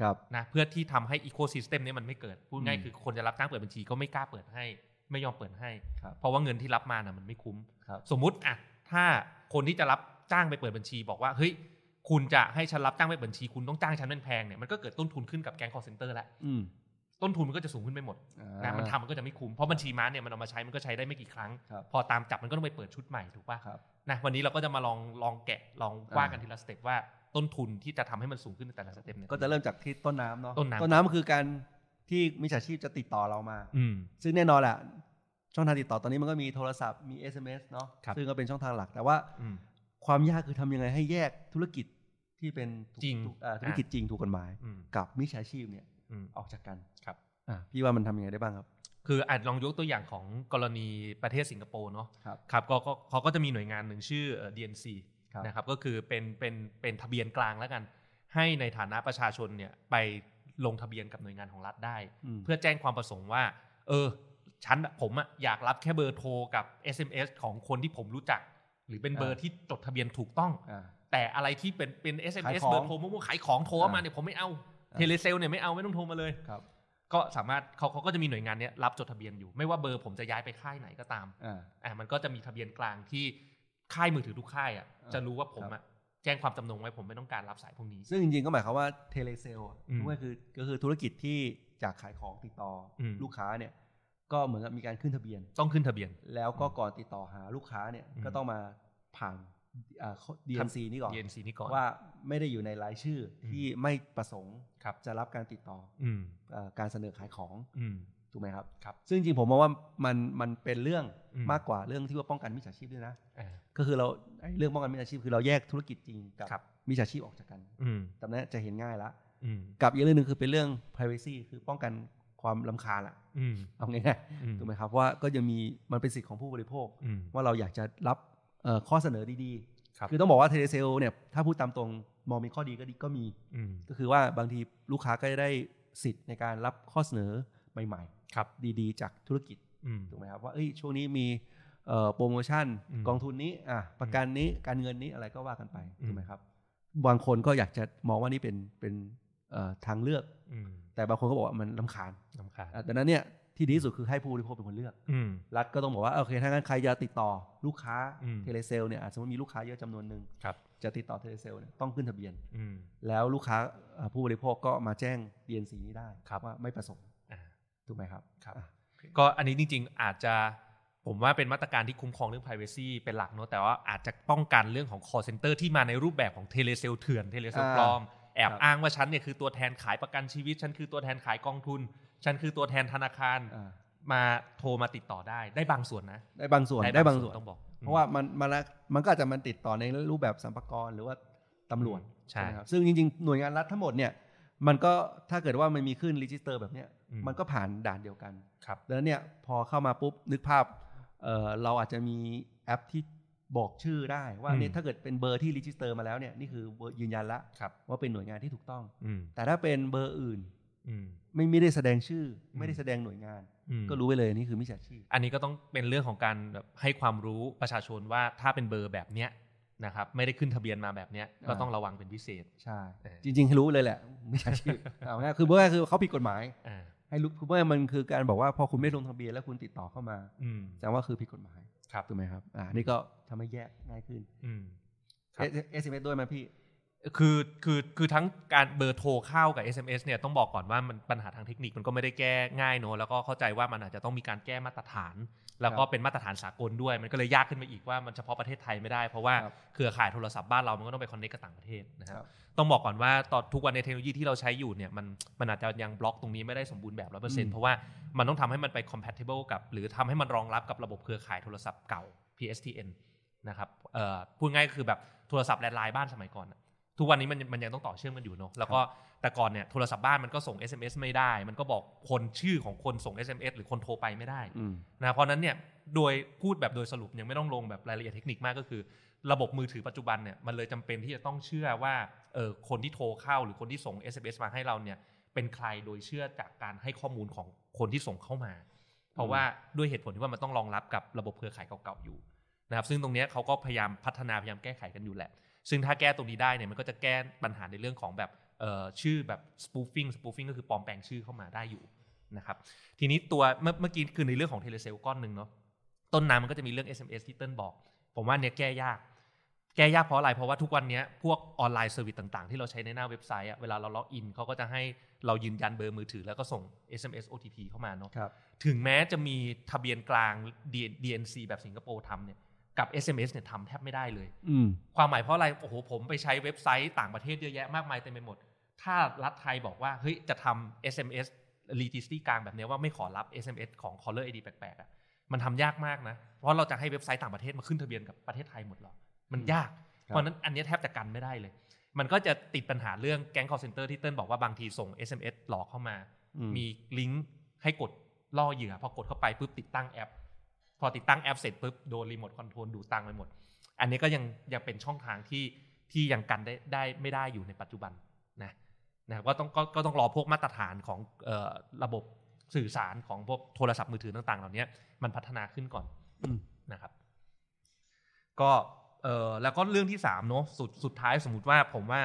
[SPEAKER 1] ครับ
[SPEAKER 2] นะเพื่อที่ทำให้อีโคซิสเต็มเนี่ยมันไม่เกิด พูดง่าย
[SPEAKER 1] อืม
[SPEAKER 2] คือคนจะรับจ้างเปิดบัญชีก็ไม่กล้าเปิดให้ ไม่ยอมเปิดให้
[SPEAKER 1] ครับ
[SPEAKER 2] เพราะว่าเงินที่รับมาน่ะมันไม่คุ้ม
[SPEAKER 1] ครับ
[SPEAKER 2] สมมุติอ่ะถ้าคนที่จะรับจ้างไปเปิดบัญชี บอกว่าเฮ้ยคุณจะให้ฉันรับจ้างไปเปิดบัญชี คุณต้องจ้างฉันเป็นแพงเนี่ยมันก็เกิดต้นทุนขึ้นกับแก๊ง call center ละ
[SPEAKER 1] อืม
[SPEAKER 2] ต้นทุนมันก็จะสูงขึ้นไปหมด
[SPEAKER 1] อ่า
[SPEAKER 2] นะมันทำมันก็จะไม่คุ้มเพราะบัญชีม้าเนี่ยมันเอามาใช้มันก็ใช้ได้ไม่กี่ครั้ง
[SPEAKER 1] ครับ
[SPEAKER 2] พอตามจับมันก็ต้องไปเปิดชุดใหม่ถูกป่ะ
[SPEAKER 1] ครับ
[SPEAKER 2] นะวันนี้เราก็จะมาลองลองแกะลองว่ากัน
[SPEAKER 1] อ่า
[SPEAKER 2] ทีละสเต็ปว่าต้นทุนที่จะทำให้มันสูงขึ้นในแต่ละสเต็ปเนี่ย
[SPEAKER 1] ก็จะเริ่มจากที่ต้นน้ำเนาะ
[SPEAKER 2] ต้นน้ำ
[SPEAKER 1] ต้นน้ำก็คือการที่มิจฉาชีพจะติดต่อเรามา
[SPEAKER 2] อืม
[SPEAKER 1] ซึ่งแน่นอนแหละช่องทางติดต่อตอนนี้มันก็มีโทรศัพท์มี SMS เนาะ
[SPEAKER 2] ครับ
[SPEAKER 1] ซึ่งก็เป็นช่องทางหลัก แต่ว่า
[SPEAKER 2] อืม
[SPEAKER 1] ความยากคือทำยังไงให้แยกธุรกิจที่เป็นถูก
[SPEAKER 2] จริง
[SPEAKER 1] ถูกอ่าธุรกิจจริงถูกกฎหมาย
[SPEAKER 2] อืม
[SPEAKER 1] กับมิจฉาชีพเนี่ย
[SPEAKER 2] อืม
[SPEAKER 1] ออกจากกัน
[SPEAKER 2] ครับ
[SPEAKER 1] อ่ะพี่ว่ามันทำยังไงได้บ้างครับ
[SPEAKER 2] คืออาจลองยกตัวอย่างของกรณีประเทศสิงคโปร์เนาะ
[SPEAKER 1] ครับ
[SPEAKER 2] ครับก็ก็เขาก็จะมีหน่วยงานหนึ่งชื่อเอ่อ DNC
[SPEAKER 1] ครับ
[SPEAKER 2] นะครับก็คือเป็นเป็นเป็นทะเบียนกลางแล้วกัน ให้ในฐานะประชาชนเนี่ยไปลงทะเบียนกับหน่วยงานของรัฐได้
[SPEAKER 1] ม
[SPEAKER 2] เพื่อแจ้งความประสงค์ว่า เออ ฉันผมอะอยากรับแค่เบอร์โทรกับ SMS ของคนที่ผมรู้จัก หรือเป็นเบอร์
[SPEAKER 1] อ่า
[SPEAKER 2] ที่จดทะเบียนถูกต้อง
[SPEAKER 1] อ่า
[SPEAKER 2] แต่อะไรที่เป็นเป็น SMS
[SPEAKER 1] ขายของ
[SPEAKER 2] เบอร์โทรมั่วๆขายของโทรเข้ามา
[SPEAKER 1] อ่า
[SPEAKER 2] เนี่ยผมไม่เอา
[SPEAKER 1] อ่า
[SPEAKER 2] เทเลเซลเนี่ยไม่เอาไม่ต้องโทรมาเลย
[SPEAKER 1] ครับ
[SPEAKER 2] ก็สามารถเขาเขาก็จะมีหน่วยงานเนี้ยรับจดทะเบียนอยู่ ไม่ว่าเบอร์ผมจะย้ายไปค่ายไหนก็ตาม
[SPEAKER 1] อ่า
[SPEAKER 2] อ่ะมันก็จะมีทะเบียนกลางที่ค่ายมือถือทุกค่ายอะ
[SPEAKER 1] อ่า
[SPEAKER 2] จะรู้ว่าผมอะ แจ้งความจำนงไว้ผมไม่ต้องการรับสายพวกนี้
[SPEAKER 1] ซึ่งจริงๆก็หมายความว่าเทเลเซล
[SPEAKER 2] อืม
[SPEAKER 1] ก็คือก็คือธุรกิจที่จากขายของติดต่ออ
[SPEAKER 2] ม
[SPEAKER 1] ลูกค้าเนี่ย ก็เหมือนกับมีการขึ้นทะเบียน
[SPEAKER 2] ต้องขึ้นทะเบียน
[SPEAKER 1] แล้วก็ก่อนติดต่อหาลูกค้าเนี่ย
[SPEAKER 2] อืม
[SPEAKER 1] ก็ต้องมาผ่านอ่า DNC นี่ก่อน
[SPEAKER 2] DNC นี่ก่อน
[SPEAKER 1] ว่าไม่ได้อยู่ในรายชื่ออ
[SPEAKER 2] ม
[SPEAKER 1] ที่ไม่ประสงค์
[SPEAKER 2] ครับ
[SPEAKER 1] จะรับการติดต่อ
[SPEAKER 2] อืม
[SPEAKER 1] เอ่อการเสนอขายของ
[SPEAKER 2] อืม
[SPEAKER 1] ถูกไหมครับ
[SPEAKER 2] ครับ
[SPEAKER 1] ซึ่งจริงๆผมมองว่ามันมันเป็นเรื่อง
[SPEAKER 2] อืม
[SPEAKER 1] มากกว่าเรื่องที่ว่าป้องกันมิจฉาชีพด้วยนะ
[SPEAKER 2] อ่า
[SPEAKER 1] ก็คือเราไอ้เรื่องป้องกันมิจฉาชีพคือเราแยกธุรกิจจริงกับ
[SPEAKER 2] ครับ
[SPEAKER 1] มิจฉาชีพออกจากกัน
[SPEAKER 2] อืม
[SPEAKER 1] ตอนนี้จะเห็นง่ายละ
[SPEAKER 2] อืม
[SPEAKER 1] กับอีกเรื่องหนึ่งคือเป็นเรื่อง privacy คือป้องกันความลำคาญอะ
[SPEAKER 2] อืม
[SPEAKER 1] เอาง่าย
[SPEAKER 2] อืม
[SPEAKER 1] ๆถูกไหมครับว่าก็ยังมีมันเป็นสิทธิ์ของผู้บริโภค
[SPEAKER 2] อืม
[SPEAKER 1] ว่าเราอยากจะรับเอ่อข้อเสนอดี
[SPEAKER 2] ครับ
[SPEAKER 1] ๆ คือต้องบอกว่าเทเลเซลเนี่ยถ้าพูดตามตรงมองมีข้อดีก็ดีก็มี
[SPEAKER 2] อืม
[SPEAKER 1] ก็คือว่าบางทีลูกค้าก็จะได้สิทธิ์ในการรับข้อเสนอใหม่
[SPEAKER 2] ครับ
[SPEAKER 1] ๆ ดีๆ จากธุรกิจ
[SPEAKER 2] อืม
[SPEAKER 1] ถูกไหมครับว่าเอ้ยช่วงนี้มีเอ่อโปรโมชั่น
[SPEAKER 2] อืม
[SPEAKER 1] กองทุนนี้อ่ะประกันนี้การเงินนี้อะไรก็ว่ากันไป
[SPEAKER 2] อืม
[SPEAKER 1] ถูกไหมครับบางคนก็อยากจะมองว่านี่เป็นเป็นเอ่อทางเลือก
[SPEAKER 2] อืม
[SPEAKER 1] แต่บางคนก็บอกว่ามันลำคาญ
[SPEAKER 2] ลำคาญ
[SPEAKER 1] อ่ะดังนั้นเนี่ยที่ดีที่สุดคือให้ผู้บริโภคเป็นคนเลือก
[SPEAKER 2] อืม
[SPEAKER 1] รัฐก็ต้องบอกว่าโอเคถ้างั้นใครจะติดต่อลูกค้า
[SPEAKER 2] อืม
[SPEAKER 1] เทเลเซลเนี่ยอาจจะมีลูกค้าเยอะจำนวนหนึ่ง
[SPEAKER 2] ครับ
[SPEAKER 1] จะติดต่อเทเลเซลเนี่ยต้องขึ้นทะเบียน
[SPEAKER 2] อืม
[SPEAKER 1] แล้วลูกค้าเอ่อผู้บริโภคก็มาแจ้ง DNC นี้ได้
[SPEAKER 2] ครับ
[SPEAKER 1] ว่าไม่ประสงค์
[SPEAKER 2] อ่า
[SPEAKER 1] ถูกไหมครับ
[SPEAKER 2] ครับ
[SPEAKER 1] อ่ะ
[SPEAKER 2] ก็อันนี้จริงๆ อาจจะผมว่าเป็นมาตรการที่คุ้มครองเรื่อง Privacy เป็นหลักเนอะแต่ว่าอาจจะป้องกันเรื่องของ call center ที่มาในรูปแบบของเทเลเซลเถื่อนเทเลเซล
[SPEAKER 1] อ่า
[SPEAKER 2] ปลอม แอ
[SPEAKER 1] ค
[SPEAKER 2] บ
[SPEAKER 1] รับ
[SPEAKER 2] อ้างว่าฉันเนี่ยคือตัวแทนขายประกันชีวิต ฉันคือตัวแทนขายกองทุน ฉันคือตัวแทนธนาคาร
[SPEAKER 1] า
[SPEAKER 2] มาโทรมาติดต่อได้ได้บางส่วนนะ
[SPEAKER 1] ได้บางส่วนได้บางส่วน
[SPEAKER 2] ต้องบอก
[SPEAKER 1] เพราะว่ามันมันละมันก็อาจจะมันติดต่อในรูปแบบสัมปกรหรือว่าตำรวจ
[SPEAKER 2] ใช่
[SPEAKER 1] ไหมครับซึ่งจริงๆ หน่วยงานรัฐทั้งหมดเนี่ยมันก็ถ้าเกิดว่ามันมีขึ้นรีจิสเตอร์แบบเนี้ย
[SPEAKER 2] อืม
[SPEAKER 1] มันก็ผ่านด่านเดียวกัน
[SPEAKER 2] ครับ
[SPEAKER 1] ดังนั้นเนี่ยพอเข้ามาปุ๊บนึกภาพเอ่อเราอาจจะมีแอปที่บอกชื่อได้ว่าเนี่ยถ้าเกิดเป็นเบอร์ที่รีจิสเตอร์มาแล้วเนี่ยนี่คือเบอร์ยืนยันละ
[SPEAKER 2] ครับ
[SPEAKER 1] ว่าเป็นหน่วยงานที่ถูกต้อง
[SPEAKER 2] อืม
[SPEAKER 1] แต่ถ้าเป็นเบอร์อื่น
[SPEAKER 2] อืม
[SPEAKER 1] ไม่ไม่ได้แสดงชื่อ
[SPEAKER 2] อืม
[SPEAKER 1] ไม่ได้แสดงหน่วยงาน
[SPEAKER 2] อืม
[SPEAKER 1] ก็รู้ไว้เลยนี่คือมิจฉาชีพ
[SPEAKER 2] อันนี้ก็ต้องเป็นเรื่องของการแบบให้ความรู้ประชาชนว่าถ้าเป็นเบอร์แบบเนี้ยนะครับไม่ได้ขึ้นทะเบียนมาแบบเนี้ยก็
[SPEAKER 1] อ่า
[SPEAKER 2] ต้องระวังเป็นพิเศษ
[SPEAKER 1] ใช่
[SPEAKER 2] เออ
[SPEAKER 1] จริงๆให้รู้เลยแหละมิจฉาชีพ เอาง่ายคือเมื่อคือเขาผิดกฎหมาย
[SPEAKER 2] อ่า
[SPEAKER 1] ให้รู้คือเมื่อมันคือการบอกว่าพอคุณไม่ลงทะเบียนแล้วคุณติดต่อเข้ามา
[SPEAKER 2] อืม
[SPEAKER 1] แสดงว่าคือผิดกฎหมาย
[SPEAKER 2] ครับ
[SPEAKER 1] ถูกไหมครับอ่านี่ก็ทำให้แยกง่ายขึ้น
[SPEAKER 2] อืม ครับ
[SPEAKER 1] เอสเอ็มเอสด้วยไหมพี่
[SPEAKER 2] คือคือคือทั้งการเบอร์โทรเข้ากับ SMS เนี่ยต้องบอกก่อนว่ามันปัญหาทางเทคนิคมันก็ไม่ได้แก้ง่ายเนอะแล้วก็เข้าใจว่ามันอาจจะต้องมีการแก้มาตรฐาน แล้วก็
[SPEAKER 1] ครับ
[SPEAKER 2] เป็นมาตรฐานสากลด้วย มันก็เลยยากขึ้นไปอีกว่ามันเฉพาะประเทศไทยไม่ได้เพราะว่า
[SPEAKER 1] ครับ
[SPEAKER 2] เครือข่ายโทรศัพท์บ้านเรามันก็ต้องไปคอนเนคกับต่างประเทศนะครั
[SPEAKER 1] ครับ บ
[SPEAKER 2] ต้องบอกก่อนว่าตอนทุกวันในเทคโนโลยีที่เราใช้อยู่เนี่ยมันมันอาจจะยังบล็อกตรงนี้ไม่ได้สมบูรณ์แบบร้อเปอร์เซ็นต์เพราะว่ามันต้องทำให้มันไป compatible กับ หรือทำให้มันรองรับกับระบบเครือข่ายโทรศัพท์เก่า PSTN นะครับเอ่อพูดง่ายก็คือแบบโทรศัพท์แลนด์ไลน์บ้านสมัยก่อนน่ะทุกวันนี้มันมันยังต้องต่อเชื่อมกันอยู่เนาะแล้วก็แต่ก่อนเนี่ยโทรศัพท์บ้านมันก็ส่ง SMS ไม่ได้ มันก็บอกคนชื่อของคนส่ง SMS หรือคนโทรไปไม่ได้
[SPEAKER 1] อืม
[SPEAKER 2] นะเพราะฉะนั้นเนี่ยโดยพูดแบบโดยสรุปยังไม่ต้องลงแบบรายละเอียดเทคนิคมากก็คือ ระบบมือถือปัจจุบันเนี่ยมันเลยจำเป็นที่จะต้องเชื่อว่าเออคนที่โทรเข้าหรือคนที่ส่ง SMS มาให้เราเนี่ยเป็นใครโดยเชื่อจากการให้ข้อมูลของคนที่ส่งเข้ามา เพราะว่าด้วยเหตุผลที่ว่ามันต้องรองรับกับระบบเครือข่ายเก่าๆอยู่ นะครับซึ่งตรงเนี้ยเขาก็พยายามพัฒนาพยายามแก้ไขกันอยู่แหละ ซึ่งถ้าแก้ตรงนี้ได้เนี่ยมันก็จะแก้ปัญหาในเรื่องของแบบเอ่อชื่อแบบ spoofing spoofing ก็คือปลอมแปลงชื่อเข้ามาได้อยู่นะครับทีนี้ตัวเมื่อเมื่อกี้คือในเรื่องของเทเลเซลก้อนหนึ่งเนาะต้นน้ำมันก็จะมีเรื่อง SMS ที่เติ้ลบอก ผมว่าเนี่ยแก้ยาก แก้ยากเพราะอะไร เพราะว่าทุกวันเนี้ยพวกออนไลน์เซอร์วิสต่างๆ ที่เราใช้ในหน้าเว็บไซต์อะเวลาเราล็อกอินเขาก็จะให้เรายืนยันเบอร์มือถือแล้วก็ส่ง SMS OTP เข้ามาเนาะ
[SPEAKER 1] ครับ
[SPEAKER 2] ถึงแม้จะมีทะเบียนกลาง D- DNC แบบสิงคโปร์ทำเนี่ยกับ SMS เนี่ยทำแทบไม่ได้เลย
[SPEAKER 1] อืม
[SPEAKER 2] ความหมายเพราะอะไร โอ้โห ผมไปใช้เว็บไซต์ต่างประเทศเยอะแยะมากมายเต็มไปหมด ถ้ารัฐไทยบอกว่า เฮ้ย จะทำ SMS r e g i s t r y กลางแบบเนี้ยว่าไม่ขอรับ SMS ของ caller ID แปลกๆอะมันทำยากมากนะ เพราะเราจะให้เว็บไซต์ต่างประเทศมาขึ้นทะเบียนกับประเทศไทยหมดเหรอ มันยาก
[SPEAKER 1] ครับ
[SPEAKER 2] เพราะฉะนั้นอันเนี้ยแทบจะกันไม่ได้เลย มันก็จะติดปัญหาเรื่องแก๊ง call center ที่เติ้ลบอกว่าบางทีส่ง SMS หลอกเข้ามา
[SPEAKER 1] อืม
[SPEAKER 2] มีลิงก์ให้กดล่อเหยื่อ พอกดเข้าไปปุ๊บติดตั้งแอป พอติดตั้งแอปเสร็จปุ๊บโดนรีโมทคอนโทรลดูดตังค์ไปหมด อันนี้ก็ยังยังเป็นช่องทางที่ที่ยังกันได้ได้ไม่ได้อยู่ในปัจจุบันนะนะครับก็ต้องก็ก็ต้องรอพวกมาตรฐานของเอ่อระบบสื่อสารของพวกโทรศัพท์มือถือต่าง ๆ เหล่านี้มันพัฒนาขึ้นก่อน
[SPEAKER 1] อืม
[SPEAKER 2] นะครับ ก็เออแล้วก็เรื่องที่สามเนาะสุดสุดท้ายสมมติว่าผมว่า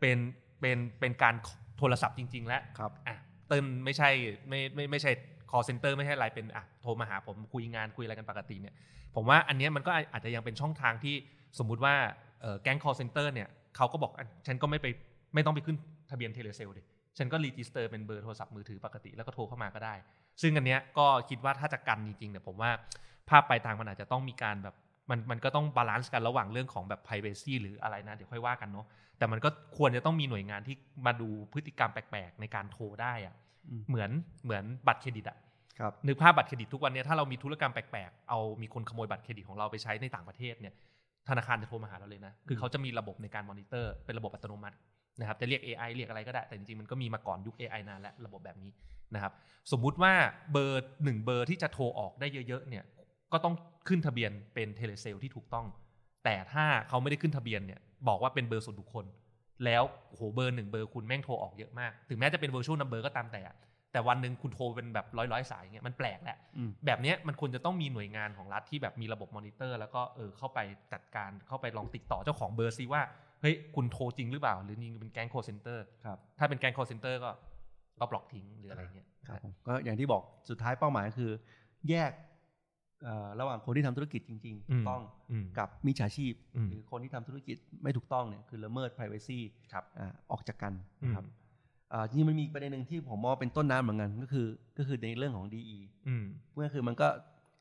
[SPEAKER 2] เป็นเป็นเป็นการโทรศัพท์จริง ๆ แล้ว
[SPEAKER 1] ครับ
[SPEAKER 2] อ่ะเติ้ลไม่ใช่ไม่ไม่ไม่ใช่ call center ไม่ใช่อะไรเป็นอ่ะโทรมาหาผมคุยงานคุยอะไรกันปกติเนี่ยผมว่าอันเนี้ยมันก็อาจจะยังเป็นช่องทางที่สมมุติว่าเอ่อแก๊ง call center เนี่ย เขาก็บอกอ่ะฉันก็ไม่ไปไม่ต้องไปขึ้นทะเบียนเทเลเซลดิฉันก็รีจิสเตอร์เป็นเบอร์โทรศัพท์มือถือปกติแล้วก็โทรเข้ามาก็ได้ ซึ่งอันเนี้ยก็คิดว่าถ้าจะกันจริงๆเนี่ยผมว่าภาพปลายทางมันอาจจะต้องมีการแบบมันมันก็ต้องบาลานซ์กันระหว่างเรื่องของแบบ p r i เวซีหรืออะไรนะเดี๋ยวค่อยว่ากันเนาะแต่มันก็ควรจะต้องมีหน่วยงานที่มาดูพฤติกรรมแปลกๆ ในการโทรได้อะ
[SPEAKER 1] อืม
[SPEAKER 2] เหมือนเหมือนบัตรเครดิตอะ
[SPEAKER 1] ครับ
[SPEAKER 2] นึกภาพบัตรเครดิตทุกวันเนี่ยถ้าเรามีธุรกรรมแปลกๆ เอามีคนขโมยบัตรเครดิตของเราไปใช้ในต่างประเทศเนี่ยธนาคารจะโทรมาหาเราเลยนะ คือเขาจะมีระบบในการมอนิเตอร์เป็นระบบอัตโนมัตินะครับจะเรียก AI เรียกอะไรก็ได้ แต่จริงๆ มันก็มีมาก่อนยุค AI นานแล้วระบบแบบนี้นะครับสมมุติว่าเบอร์หนึ่งเบอร์ที่จะโทรออกได้เยอะๆเนี่ยก็ต้องขึ้นทะเบียนเป็นเทเลเซลที่ถูกต้อง แต่ถ้าเขาไม่ได้ขึ้นทะเบียนเนี่ยบอกว่าเป็นเบอร์ส่วนบุคคล แล้วโอ้โหเบอร์หนึ่งเบอร์คุณแม่งโทรออกเยอะมาก ถึงแม้จะเป็น virtual number ก็ตามแต่อะแต่วันหนึ่งคุณโทรเป็นแบบร้อยร้อยๆสายเงี้ยมันแปลกแหละ
[SPEAKER 1] อืม
[SPEAKER 2] แบบเนี้ยมันควรจะต้องมีหน่วยงานของรัฐที่แบบมีระบบมอนิเตอร์ แล้วก็เออเข้าไปจัดการเข้าไปลองติดต่อเจ้าของเบอร์ซิว่าเฮ้ยคุณโทรจริงหรือเปล่า หรือจริงเป็นแก๊ง call center
[SPEAKER 1] ครับ
[SPEAKER 2] ถ้าเป็นแก๊ง call center ก็ก็บล็อกทิ้งหรืออะไรเงี้ย
[SPEAKER 1] ครับผมก็อย่างที่บอกสุดท้ายเป้าหมายคือ แยกเอ่อระหว่างคนที่ทำธุรกิจจริงๆถูกต้อง
[SPEAKER 2] อืม
[SPEAKER 1] กับมิจฉาชีพ
[SPEAKER 2] อืม
[SPEAKER 1] หรือคนที่ทำธุรกิจไม่ถูกต้องเนี่ยคือละเมิด p r i เวซี
[SPEAKER 2] ครับ
[SPEAKER 1] ออกจากกันนะครับ
[SPEAKER 2] อืม
[SPEAKER 1] อ่าจริงๆมันมีอีกประเด็นหนึ่งที่ผมมองเป็นต้นน้ำเหมือนกันก็คือก็คือในเรื่องของ DE
[SPEAKER 2] อืม
[SPEAKER 1] ก็คือมันก็